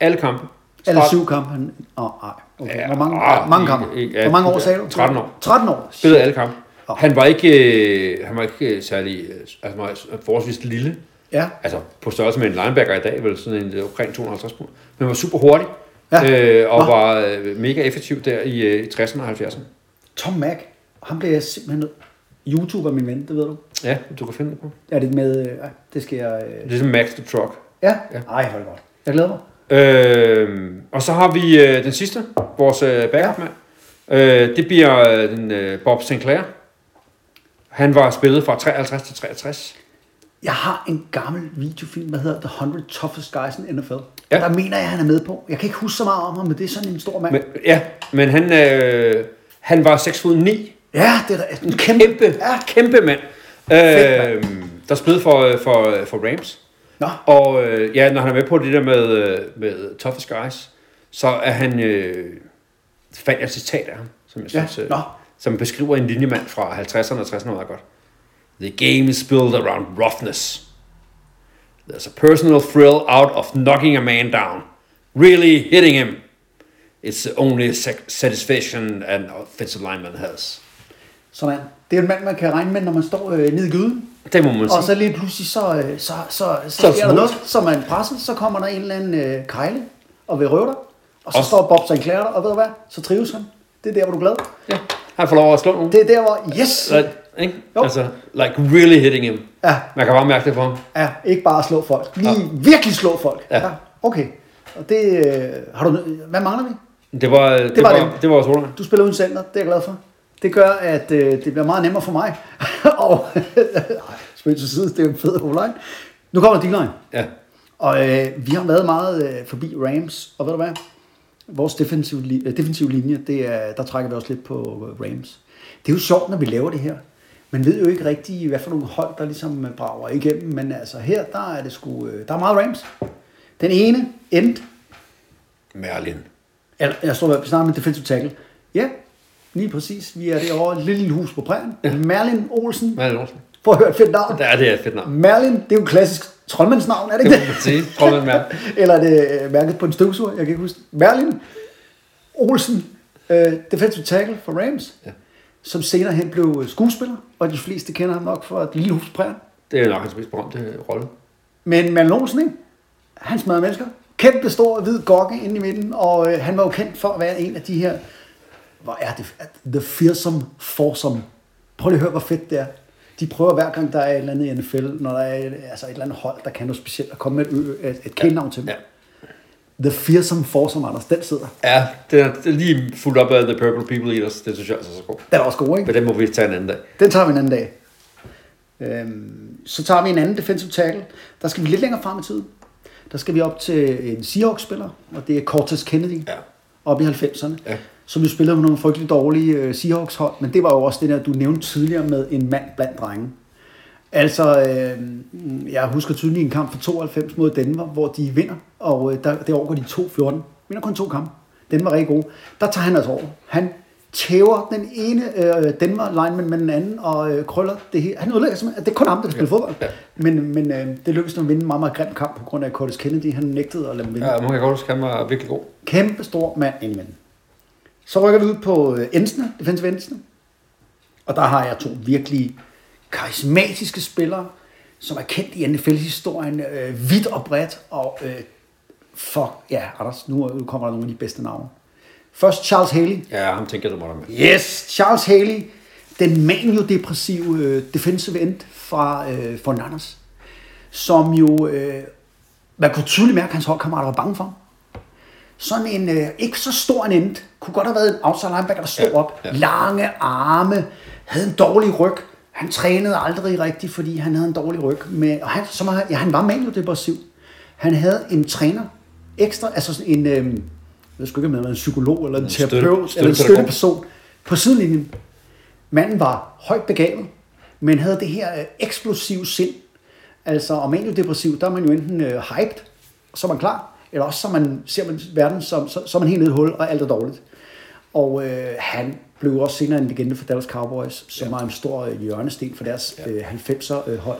alle kampe.
Eller
Start-
syv kampe. Han... Oh, ej. Okay.
Ja,
Hvor mange,
ah,
mange
i-
kampe?
i- ja,
Hvor mange år sagde du?
13 år.
13 år.
Spillede alle kampe.
Nå.
Han var ikke, øh, han var ikke øh, særlig, øh, altså han var forholdsvis lille.
Ja.
altså på størrelse med en linebacker i dag, vel sådan en, øh, omkring 250 pund. Men var super hurtig,
Ja.
øh, og
Nå.
var øh, mega effektiv der i, øh, i 60'erne og 70'erne.
Tom Mack. Ham bliver jeg simpelthen... nødt- YouTuber, min ven, det ved du.
Ja, du kan finde det på.
Er det med... Øh, ej, det skal jeg... Øh,
Ligesom Max the Truck.
ja.
Ja.
Ej, hold godt. Jeg glæder mig.
Øh, og så har vi øh, den sidste, vores øh, backup-mand. Øh, det bliver øh, den, øh, Bob Sinclair. Han var spillet fra 53 til 63.
Jeg har en gammel videofilm, der hedder The 100 Toughest Guys in NFL.
Ja.
Ja. Der mener jeg, han er med på. Jeg kan ikke huske så meget om ham, men det er sådan en stor mand.
Men,
Men,
ja, men han, øh, han var 6 fod 9
ja, det er da altså, en kæmpe...
kæmpe,
Ja.
kæmpe mand.
Fedt
Øh, der spillede for, øh, for, øh, for Rams.
Nå.
Og øh, ja, når han er med på det der med, øh, med Toughest Guys, så er han, øh, fandt jeg et citat af ham, som jeg
Ja,
synes, øh,
nå.
som beskriver en linjemand fra 50'erne og 60'erne meget godt. The game is built around roughness. There's a personal thrill out of knocking a man down. Really hitting him. It's the only sac- satisfaction an offensive lineman has.
Sådan. Det er en mand, man kan regne med, når man står øh, nede i gyden.
Det må man sige.
Og så lige pludselig, så, øh, så, så, så,
Så
så sker der
smut.
noget, så er man presset, så kommer der en eller anden øh, kejle og vil røve dig. Og så
Og-
står Bob Sinclair der, og ved du hvad, så trives han. Det er der, hvor du er glad.
Ja, han får lov at slå nogen.
Det er der, hvor, yes,
Like, ikke?
Jo.
Altså, like really hitting him.
Ja.
Man kan bare mærke det på ham.
ja, ikke bare at slå folk. Lige virkelig slå folk.
Ja.
okay. Og det, øh, har du, hvad mangler vi?
Det var, det, det
var
var,
dem.
var, det var også ordentligt.
Du spiller uden center, det er jeg glad for. Det gør, at øh, det bliver meget nemmere for mig. og Ej, spil til side, det er jo en fed online. Nu kommer D-line.
Ja.
Og øh, vi har været meget øh, forbi Rams, og ved du hvad? Vores defensive, li- øh, defensive linje, det er, der trækker vi også lidt på øh, Rams. Det er jo sjovt, når vi laver det her. Man ved jo ikke rigtig, hvad for nogle hold, der ligesom øh, brager igennem, men altså her, der er det sgu, øh, der er meget Rams. Den ene, End,
Merlin.
eller, jeg står vi snakker med defensive tackle. Ja, lige præcis. Vi er derovre, et lille hus på prægen. Ja. Merlin Olsen.
Merlin Olsen.
Prøv at høre et fedt navn.
Ja, det er et fedt navn.
Merlin, det er jo et klassisk troldmandsnavn, er det
Det
ikke
må man sige. Troldmand Merlin.
Eller er det øh, mærket på en støvsuger? Jeg kan ikke huske. det. Merlin Olsen, øh, defensive tackle for Rams, ja. som senere hen blev øh, skuespiller, og de fleste kender ham nok for et lille hus på prægen.
Det er nok hans mest berømte øh, rolle.
Men Merlin Olsen, ikke? han smadrer mennesker. Kæmpe stor hvid gokke inde i midten, og øh, han var jo kendt for at være en af de her, hvor er det, the fearsome foursome. Prøv lige at høre, hvor fedt det er. De prøver hver gang, der er et eller andet i NFL, når der er et, altså et eller andet hold, der kan noget specielt, at komme med et, ø- et, et kælenavn til dem.
Ja.
The fearsome foursome, Anders, den sidder.
Ja, det er, det er lige fuldt op af The Purple People Eaters. Det synes jeg altså er så godt.
Den er også god, ikke?
Men det må vi tage en anden dag.
Den tager vi en anden dag. Øhm, så tager vi en anden defensive tackle. Der skal vi lidt længere frem i tiden. Der skal vi op til en Seahawks-spiller, og det er Cortez Kennedy.
Ja.
Op i 90'erne.
Ja.
Som jo spillede med nogle frygtelig dårlige øh, Seahawks-hold, men det var jo også det der, du nævnte tidligere med en mand blandt drenge. Altså, øh, jeg husker tydeligt en kamp fra 92 mod Denver, hvor de vinder, og øh, der, det overgår de 2-14. Vinder kun to kampe. Denver er rigtig god. Der tager han altså over. Han tæver den ene øh, Denver lineman med den anden, og øh, krøller det hele. Han ødelægger simpelthen, at det er kun ham, der spiller fodbold.
Ja.
Men, men øh, det lykkedes dem at vinde en meget, meget grim kamp på grund af at Curtis Kennedy. Han nægtede at lade dem vinde.
Ja, man kan godt huske, han var virkelig god.
Kæmpe stor mand indvendig. Så rykker vi ud på øh, Ensene, defensive Ensene. Og der har jeg to virkelig karismatiske spillere, som er kendt i NFL-historien øh, vidt og bredt. Og øh, for, ja, Anders, nu øh, kommer der nogle af de bedste navne. Først Charles Haley.
Ja, ham tænker jeg, du måtte have med.
Yes, Charles Haley, den manio-depressive øh, defensive end fra øh, Fernandes, som jo, øh, man kunne tydeligt mærke, at hans holdkammerater var bange for ham. Sådan en øh, ikke så stor en end, kunne godt have været en outside linebacker, der stod
Ja,
op.
ja.
Lange arme, havde en dårlig ryg. Han trænede aldrig rigtigt, fordi han havde en dårlig ryg. Med, og han, som, ja, han var manio-depressiv. Han havde en træner, ekstra, altså sådan en, øh, jeg skal ikke med, en psykolog eller en, en
støtte-
terapeut eller en
støttepædagog.
støtteperson på sidelinjen. Manden var højt begavet, men havde det her øh, eksplosive sind. Altså, om man er depressiv, der er man jo enten øh, hyped, så er man klar, eller også så er man, ser man verden som, så, så er man helt nede i et hul, og alt er dårligt. Og øh, han blev også senere en legende for Dallas Cowboys, som ja. var en stor øh, hjørnesten for deres øh, 90'er øh, hold.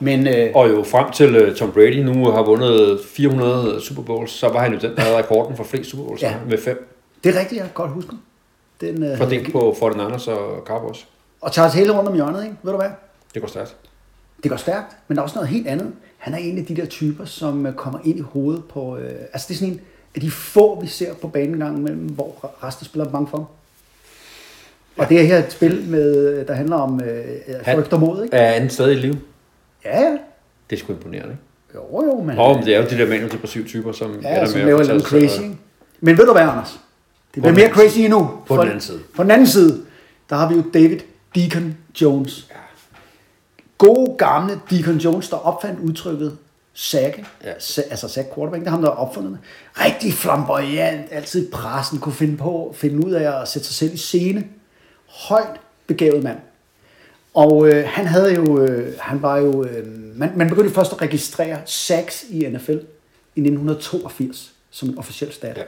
Men øh,
Og jo frem til øh, Tom Brady nu har vundet 400 Super Bowls, så var han jo den, der havde rekorden for flest Super Bowls
Ja.
ja. med fem.
det er rigtigt, jeg kan godt husker. Den, øh, havde jeg-
Fordelt på 49ers og Cowboys.
Og Charles hele rundt om hjørnet, ikke? ved du hvad?
Det går stærkt.
Det går stærkt, men der er også noget helt andet. Han er en af de der typer, som øh, kommer ind i hovedet på... Øh, altså det er sådan en af de få, vi ser på banen gang mellem, hvor resten spiller bange for. ham. Og det er her et spil, med, øh, der handler om øh, øh,
Han-
frygt og mod, ikke?
Er han stadig i live?
Ja, ja.
Det er sgu imponerende. ikke?
Jo, jo, men...
Og det er jo de der manuelt depressive typer, som ender
Ja,
med
som
at
laver
fortælle
lidt
sig selv,
crazy. ikke? Men ved du hvad, Anders? Det bliver
den
mere
anden
crazy endnu.
På
For-
den anden side.
På den anden side, der har vi jo David Deacon Jones. God gamle Deacon Jones, der opfandt udtrykket sække, ja.
Ja.
altså sack quarterback, det er ham, der har opfundet det. Rigtig flamboyant, altid i pressen, kunne finde på, finde ud af at sætte sig selv i scene. Højt begavet mand. Og øh, han havde jo, øh, han var jo, øh, man, man begyndte først at registrere sacks i NFL i 1982 som en officiel stat. Ja.
Ja.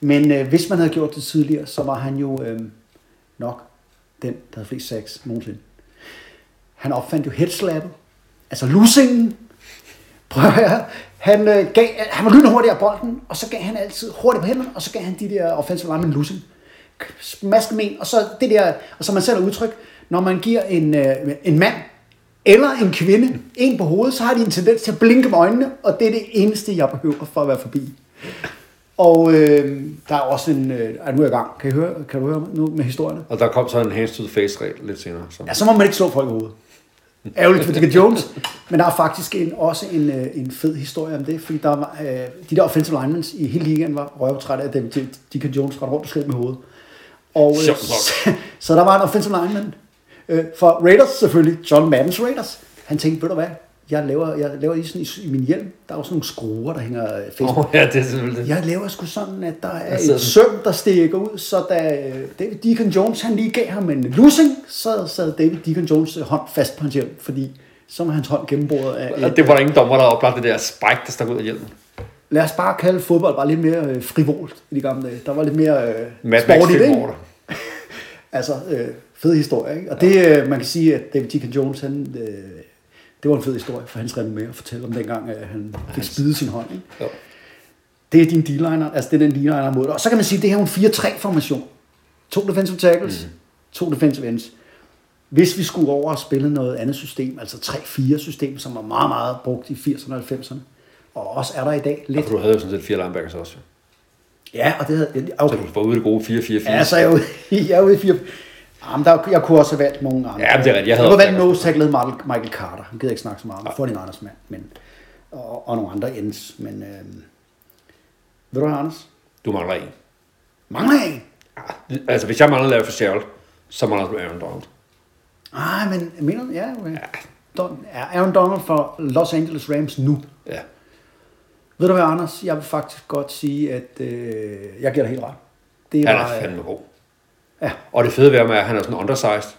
Men øh, hvis man havde gjort det tidligere, så var han jo øh, nok den, der havde flest sacks nogensinde. Han opfandt jo headslappet, altså lussingen. Prøv at høre. Han, øh, gav, han var lynhurtig af bolden, og så gav han altid hurtigt på hænderne, og så gav han de der offensive linemen lussing. Maske med en, og så det der, og så man selv udtryk, når man giver en, øh, en mand eller en kvinde en på hovedet, så har de en tendens til at blinke med øjnene, og det er det eneste, jeg behøver for at være forbi. Og øh, der er også en... Øh, ah, nu er jeg i gang. Kan, I høre, kan du høre mig nu med historierne?
Og der kom så en hands to the face regel lidt senere. Så.
Ja, så må man ikke slå folk i hovedet. Ærgerligt for Dick Jones. Men der er faktisk en, også en, øh, en fed historie om det, fordi der var, øh, de der offensive linemen i hele ligaen var røvtrætte af dem. Dick Jones rendte rundt og slog med hovedet. Og, øh,
Sjovt nok.
så, så der var en offensive lineman øh, for Raiders selvfølgelig, John Maddens Raiders. Han tænkte, ved du hvad, jeg laver, jeg laver i, sådan, i, i min hjelm, der er jo sådan nogle skruer, der hænger øh, fast
Åh, ja, det er selvfølgelig det.
jeg laver sgu sådan, at der er
sidder
et
den.
Altså, søm, der stikker ud, så da øh, David Deacon Jones han lige gav ham en lussing, så sad David Deacon Jones øh, hånd fast på hans hjelm, fordi så var hans hånd gennemboret af...
Og det var der ingen dommer, der oplagt det der spike, der stak ud af hjelmen.
Lad os bare kalde fodbold bare lidt mere øh, frivolt i de gamle dage. Der var lidt mere øh,
Mad Max
sportigt,
film
ikke?
over det.
Altså, øh, fed historie, ikke? Og det, øh, man kan sige, at David Deacon Jones, han, øh, det var en fed historie for hans renommé at fortælle om dengang, at han fik spidet sin hånd, ikke?
Jo.
Det er din D-liner, altså det er den D-liner mod dig. Og så kan man sige, at det her er jo en 4-3-formation. To defensive tackles,
Mhm.
mm. to defensive ends. Hvis vi skulle over og spille noget andet system, altså 3-4-system, som var meget, meget brugt i 80'erne og 90'erne, og også er der i dag lidt.
For du havde jo sådan set fire linebackers også. jo.
Ja, og det havde...
Så
Okay.
du var ude i det gode 4-4-4.
Ja, så er jeg ude, i- jeg er ude i fire... Jamen, der, jeg kunne også have valgt nogle andre.
Ja, men det er rigtigt. Jeg havde
kunne
også
have valgt
valgt-
nose tackle Michael, Michael Carter. Han gider ikke snakke så meget om for din Anders mand. Men, og, og, nogle andre ends. Men øh, ved du hvad, Anders?
Du mangler en.
Mangler jeg en?
Altså, hvis jeg mangler Larry Fitzgerald, så mangler du Aaron Donald.
Ah, men mener du? Ja, okay. Don, er Aaron Donald for Los Angeles Rams nu?
Ja.
Ved du hvad, Anders? Jeg vil faktisk godt sige, at øh, jeg giver dig helt ret. Det
Han
var,
er
øh,
fandme god.
Ja.
Og det fede ved ham er, at han er sådan undersized.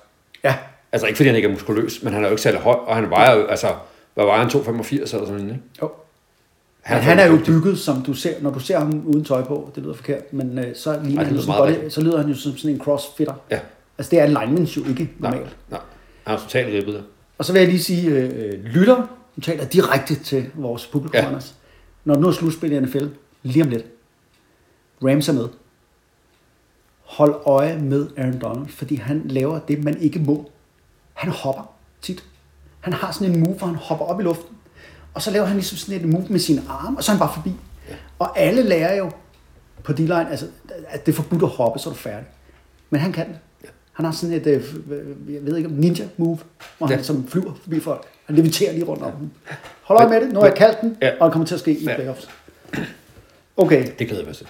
Ja,
Altså ikke fordi han ikke er muskuløs, men han er jo ikke særlig høj, og han vejer jo, altså, hvad vejer han, 2,85 eller sådan noget, ikke?
jo. Han, men han
fandme
er jo
dygtig.
bygget, som du ser, når du ser ham uden tøj på, det lyder forkert, men øh, så, ligner
lyder
han jo sådan
meget
godt,
rigtigt.
så lyder han jo som sådan en crossfitter.
Ja.
Altså det er alignments jo ikke
Nej,
normalt.
nej. Han er totalt ribbet. der.
Og så vil jeg lige sige, øh, øh, lytter, nu taler jeg direkte til vores publikum, ja.
Ja.
Anders. Når nu er slutspil i NFL, lige om lidt, Rams er med. Hold øje med Aaron Donald, fordi han laver det, man ikke må. Han hopper tit. Han har sådan en move, hvor han hopper op i luften, og så laver han ligesom sådan et move med sine arme, og så er han bare forbi. Og alle lærer jo på D-line, altså, at det er forbudt at hoppe, så er du færdig. Men han kan det. Han har sådan et, øh, jeg ved ikke om ninja move, hvor han
Ja.
som flyver forbi folk. Han leviterer lige rundt om dem. Hold øje med det, nu har jeg kaldt den,
Ja.
og det kommer til at ske i
Ja.
playoffs. Okay,
Det glæder jeg mig til.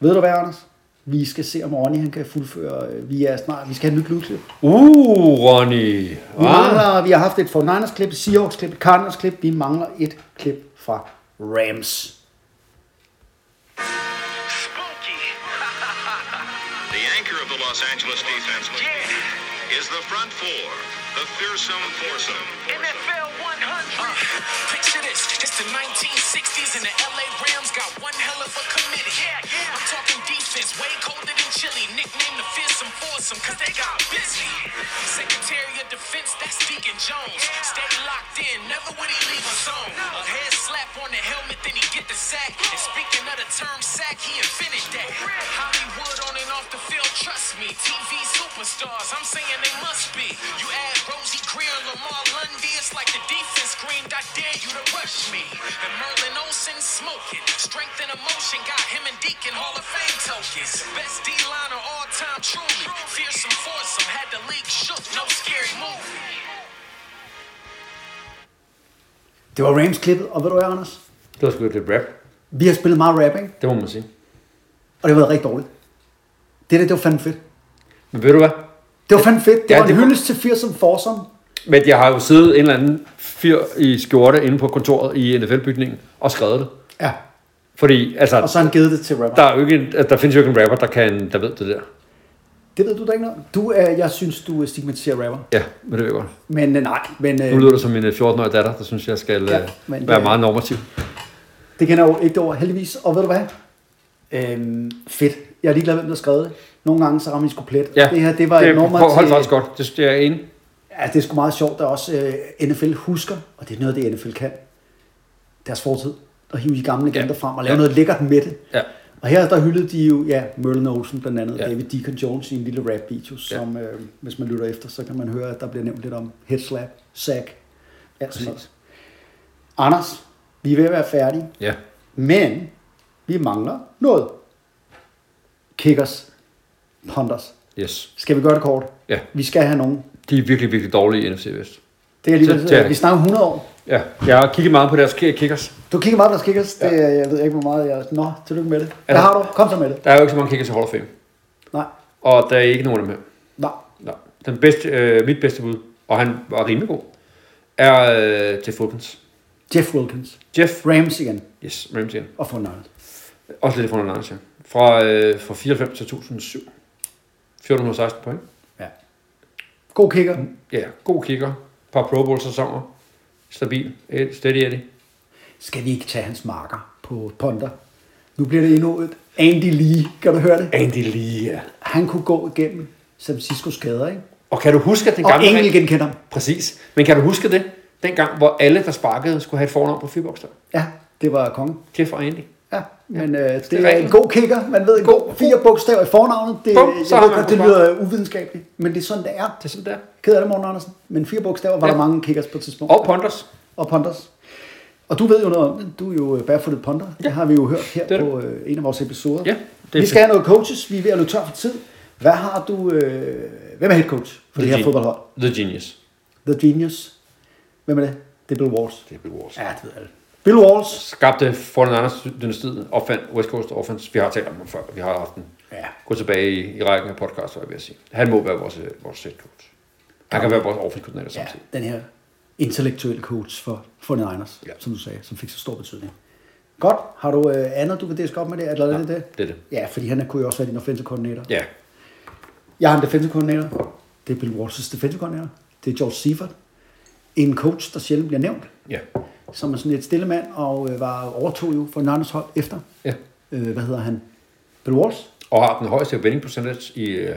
ved du hvad, Anders? Vi skal se, om Ronny han kan fuldføre. øh, Vi er snart, vi skal have et nyt lydklip.
Uh, Ronny.
Vi
Ah.
mangler, vi har haft et 49ers klip, et Seahawks klip, et Cardinals klip. Vi mangler et klip fra Rams.
the Los Angeles defense is the front four, the fearsome foursome.
NFL 100.
Uh, picture this, it's the 1960s and the LA Rams got one hell of a committee.
Yeah, yeah.
I'm talking defense, way colder than Chile. Nicknamed the fearsome foursome, cause they got busy. Secretary of Defense, that's Deacon Jones.
Yeah.
Stay locked in, never would he leave us on.
No.
A head slap on the helmet, then he get the sack. And speaking of the term sack, he invented that.
Correct.
Hollywood on and off the field, trust me. TV superstars, I'm saying they must be. You add Rosie Greer and Lamar Lundy, it's like the defense screamed, I dare you to rush me. And Merlin Olsen smoking. Strength and emotion got him and Deacon Hall of Fame tokens. Best D liner all time, truly. Fearsome foursome, had the league shook, no scary move.
Det var Rams-klippet, og ved du hvad, Anders?
Det var sgu et lidt rap.
Vi har spillet meget rap, ikke?
Det må man sige.
Og det har været rigtig dårligt. Det der, det var fandme fedt.
Men ved du hvad?
Det var fandme fedt. Det
Ja,
ja, var
det
en
var-
hyldest til 80 som forsom.
Men jeg har jo siddet en eller anden fyr i skjorte inde på kontoret i NFL-bygningen og skrevet det.
Ja.
Fordi, altså,
Og så har han givet det til rapper.
der, er jo ikke en, altså, der findes jo ikke en rapper, der, kan, der ved det der.
Det ved du da ikke noget om. Du er, jeg synes, du stigmatiserer rapper.
Ja, men det ved jeg godt.
Men øh, nej, men
Nu
øh,
lyder du som min øh, 14-årige datter, der synes, jeg skal
Ja,
ja,
men
være
det-
meget normativ.
det kender jeg jo ikke over, heldigvis. Og ved du hvad? Øhm, fedt. Jeg er ligeglad, hvem der har skrevet det. Nogle gange så rammer min sgu plet.
Ja,
det her, det var et nummer
hold, hold
til...
faktisk godt. Det, det er jeg enig.
Ja, det er sgu meget sjovt, at også øh, NFL husker, og det er noget, det NFL kan, deres fortid, og hive de gamle legender
Ja.
frem og lave
Ja.
noget lækkert med det.
Ja.
Og her der hyldede de jo, ja, Merlin Olsen blandt andet, ja.
Ja.
David Deacon Jones i en lille rap-video, som øh, hvis man lytter efter, så kan man høre, at der bliver nævnt lidt om head slap, sack, alt sådan noget. Anders, vi er ved at være færdige,
Ja.
men vi mangler noget. Kickers, punters.
Yes.
Skal vi gøre det kort?
Ja.
Vi skal have nogen.
De er virkelig, virkelig dårlige i NFC Vest.
Det er alligevel,
Det- det er-
vi snakker 100 år.
Ja. Jeg har kigget meget på deres ki- kickers.
Du kigger meget på deres kickers. Det, er- jeg ved ikke, hvor meget jeg... Nå, tillykke med det. Hvad
der-
har du? Kom så med det.
Der er jo ikke så mange kickers i Hall of Fame.
Nej,
Og der er ikke nogen af dem her.
nej.
Nej. Den bedste, øh, mit bedste bud, og han var rimelig god, er øh, Jeff Wilkins.
Jeff Wilkins.
Jeff
Rams igen.
Yes, Rams igen.
Og for Niners.
Også lidt fra Lance, ja. Fra, øh, fra 94 til 2007. 416 point.
Ja. God kicker.
Ja, god kigger. Par Pro Bowl-sæsoner. Stabil. Eh, Steady Eddie.
Skal vi ikke tage hans marker på Ponder? Nu bliver det endnu et Andy Lee. Kan du høre det?
Andy Lee, ja.
Han kunne gå igennem San Francisco skader, ikke?
Og kan du huske, at den
Og
gamle...
ingen genkender ham.
Præcis. Men kan du huske det? Dengang, hvor alle, der sparkede, skulle have et fornavn på Fyrboks.
Ja, det var kongen.
Jeff og Andy.
Ja, men øh, det,
er
er en
rigtigt.
god kicker. Man ved en god
God-
fire bogstaver i fornavnet. Det,
Bum,
jeg
så
ved
har man
godt,
den
det
på
lyder uvidenskabeligt, men det er sådan, det er.
Det er sådan der.
Ked af det, Morten Andersen. Men fire bogstaver var ja.
Ja.
der mange kickers på et tidspunkt.
Og Ponders.
og Ponders. Og du ved jo noget om det. Du er jo øh, barefooted ponder. Ja. Det har vi jo hørt her
Det er det.
på øh, en af vores episoder.
Ja, det
det
er
vi skal
fedt.
have noget coaches. Vi er ved at løbe tør for tid. Hvad har du... Øh, hvem er head coach for det,
The
det her
Gen-
fodboldhold?
The Genius.
The Genius. Hvem er det? Det er Bill Walsh.
Det blev vores.
Ja, det ved alle. Bill Walsh.
Skabte for den anden dynastiet, opfandt West Coast Offense. Vi har talt om ham før. Vi har haft den
Ja.
gå tilbage i, i rækken af podcasts, var jeg ved at sige. Han må være vores, øh, vores head coach. Han kan være vores offenskoordinator
ja,
samtidig.
den her intellektuelle coach for, for Niners, ja.
Ja.
som du sagde, som fik så stor betydning. Godt. Har du øh, andet, du vil diske op med det? Eller er det det?
det er det.
Ja, fordi han kunne jo også være din offensive koordinator.
Ja.
Jeg har en defensive koordinator. Det er Bill Walsh's defensive koordinator. Det er George Seifert. En coach, der sjældent bliver nævnt,
Ja.
som er sådan lidt stille mand og øh, var overtog jo for Niners hold efter.
ja.
Øh, hvad hedder han? Bill Walsh?
Og har den højeste vending percentage i øh,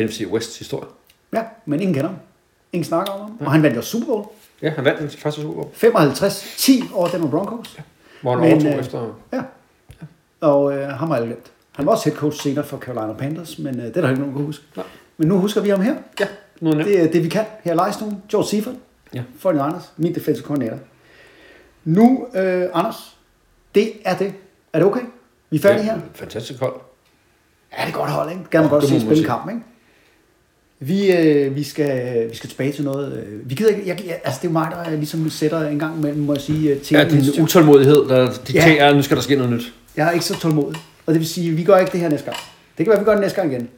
NFC West historie.
Ja, men ingen kender ham. Ingen snakker om ham. Og han vandt jo Super Bowl.
Ja, han vandt den første Super Bowl,
55-10 over Denver Broncos. Ja.
hvor han
Men,
overtog
øh,
efter...
ja. Og øh, ham har jeg glemt. Han var også head coach senere for Carolina Panthers, men øh, det er der ikke nogen, der kan huske.
Nej.
Men nu husker vi ham her.
Ja, nu er det nemt.
Det er det, vi kan her i Lejstuen. George Seifert.
Ja.
For Anders, min defensive koordinator. Nu, øh, Anders, det er det. Er det okay? Vi er færdige her?
Det er Fantastisk hold.
Ja, det er godt hold, ikke? Gerne man godt
Det må
se spille en
man sige.
kamp, ikke? Vi, øh, vi, skal, vi skal tilbage til noget. Øh, vi gider ikke, jeg, jeg, altså det er jo mig, der øh, ligesom sætter en gang imellem, må jeg sige, øh, til
Ja, din utålmodighed, der dikterer, ja. nu skal der ske noget nyt.
Jeg er ikke så tålmodig. Og det vil sige, vi gør ikke det her næste gang. Det kan være, vi gør det næste gang igen.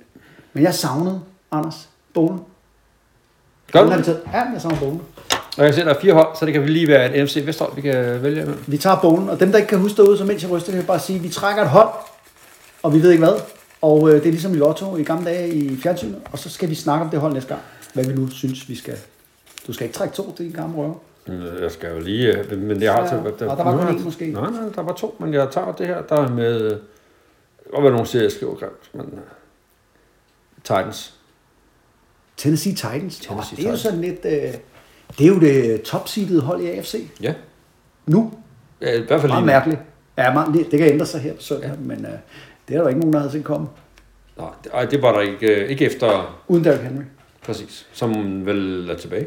Men jeg savnede, Anders, bogen.
Gør du?
Den har vi taget. Ja, jeg savner bogen.
Og jeg kan se, at der er fire hold, så det kan lige være et NFC Vesthold, vi kan vælge imellem.
Vi tager bogen, og dem, der ikke kan huske derude, så mens jeg ryster, kan jeg bare sige, at vi trækker et hånd, og vi ved ikke hvad. Og øh, det er ligesom i Lotto i gamle dage i fjernsynet, og så skal vi snakke om det hold næste gang. Hvad vi nu synes, vi skal. Du skal ikke trække to, det er en gammel røver.
Jeg skal jo lige... øh, Men jeg har...
Ja,
til-
og der var kun
nej,
én måske.
Nej, nej, der var to, men jeg tager det her, der er med... øh, Det kan godt være, nogen siger, jeg skriver grimt, men... øh, Titans.
Tennessee Titans. Tennessee oh,
Tennessee
det er jo
Titans.
sådan lidt... Øh, det er jo det topseedede hold i AFC.
Ja.
Nu.
Ja, I hvert fald
Meget
lige nu.
mærkeligt. Ja, meget, det, det kan ændre sig her på søndag, ja. men øh, det er der jo ikke nogen, der havde set komme.
Nej, det- ej, det var der ikke, øh, ikke efter...
Uden Derrick Henry.
Præcis. Som vel er tilbage.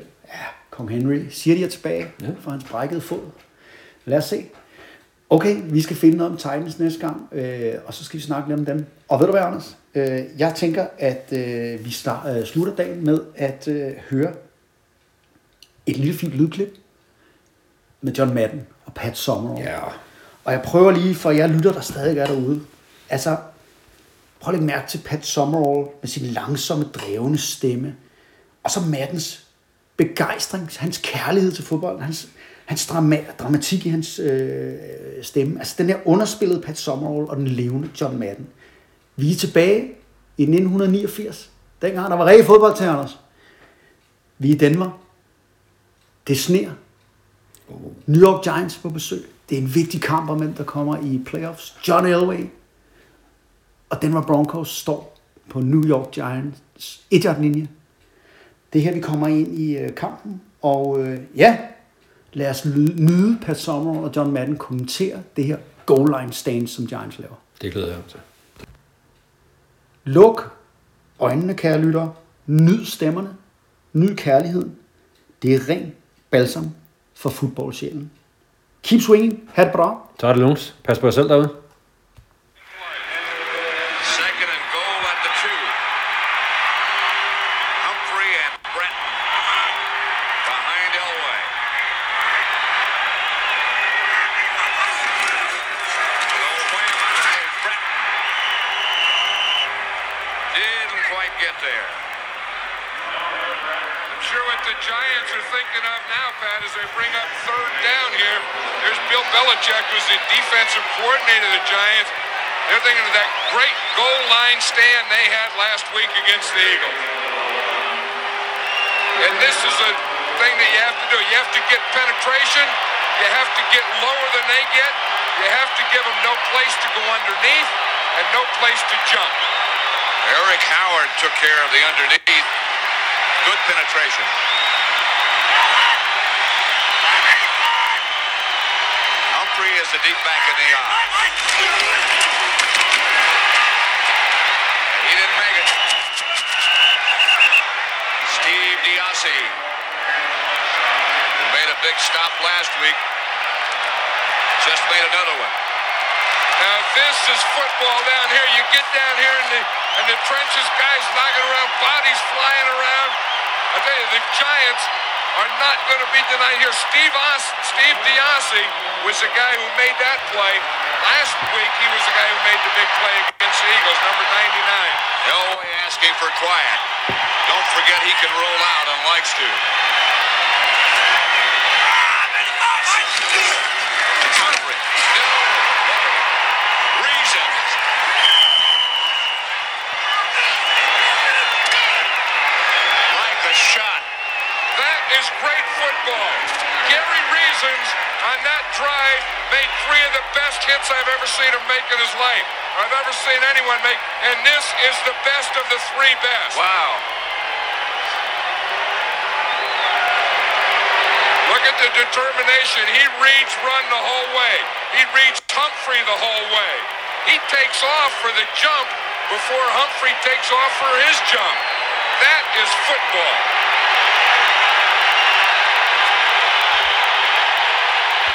Kong Henry siger, de er tilbage ja.
Ja.
fra hans brækkede fod. Lad os se. Okay, vi skal finde noget om Titans næste gang, øh, og så skal vi snakke lidt om dem. Og ved du hvad, Anders? Øh, jeg tænker, at øh, vi start, øh, slutter dagen med at øh, høre et lille fint lydklip med John Madden og Pat Summerall.
Ja.
Og jeg prøver lige, for jeg lytter, der stadig er derude. Altså, prøv lige at mærke til Pat Summerall med sin langsomme, drevne stemme. Og så Mattens begejstring, hans kærlighed til fodbold, hans, hans drama, dramatik i hans øh, stemme. Altså den der underspillede Pat Summerall og den levende John Madden. Vi er tilbage i 1989. Dengang der var rigtig fodbold til Anders. Vi er i Danmark. Det sner. New York Giants på besøg. Det er en vigtig kamp om, hvem der kommer i playoffs. John Elway og Denver Broncos står på New York Giants 1 linje Det er her, vi kommer ind i øh, kampen. Og øh, ja, lad os lyde- nyde Pat Sommer og John Madden kommentere det her goal line stand, som Giants laver.
Det glæder jeg mig til.
Luk øjnene, kære lyttere. Nyd stemmerne. Nyd kærligheden. Det er ren balsam for fodboldsjælen. Keep swinging. Ha' det bra.
Så er det Lungs. Pas på jer selv derude.
Second and goal at the two. Humphrey and Breton behind Elway. No wham by Breton. Didn't quite get there.
I'm sure what the Giants are thinking of now, Pat, is they bring up third down here. There's Bill Belichick, who's the defensive coordinator of the Giants. They're thinking of that great goal line stand they had last week against the Eagles. And this is a thing that you have to do. You have to get penetration. You have to get lower than they get. You have to give them no place to go underneath and no place to jump.
Eric Howard took care of the underneath. Good penetration. Humphrey is the deep back in the eye. He didn't make it. Steve Diassi, who made a big stop last week, just made another one.
Now this is football down here. You get down here in the in the trenches, guys knocking around, bodies flying around. I tell you, the Giants are not going to be denied here. Steve Os, Steve Diassi was the guy who made that play last week. He was the guy who made the big play against the Eagles, number 99.
Elway asking for quiet. Don't forget he can roll out and likes to. It's Humphrey. Reasons. Like a shot.
That is great football. Gary Reasons on that drive made three of the best hits I've ever seen him make in his life. I've ever seen anyone make, and this is the best of the three best.
Wow.
Look at the determination. He reads run the whole way. He reads Humphrey the whole way. He takes off for the jump before Humphrey takes off for his jump. That is football.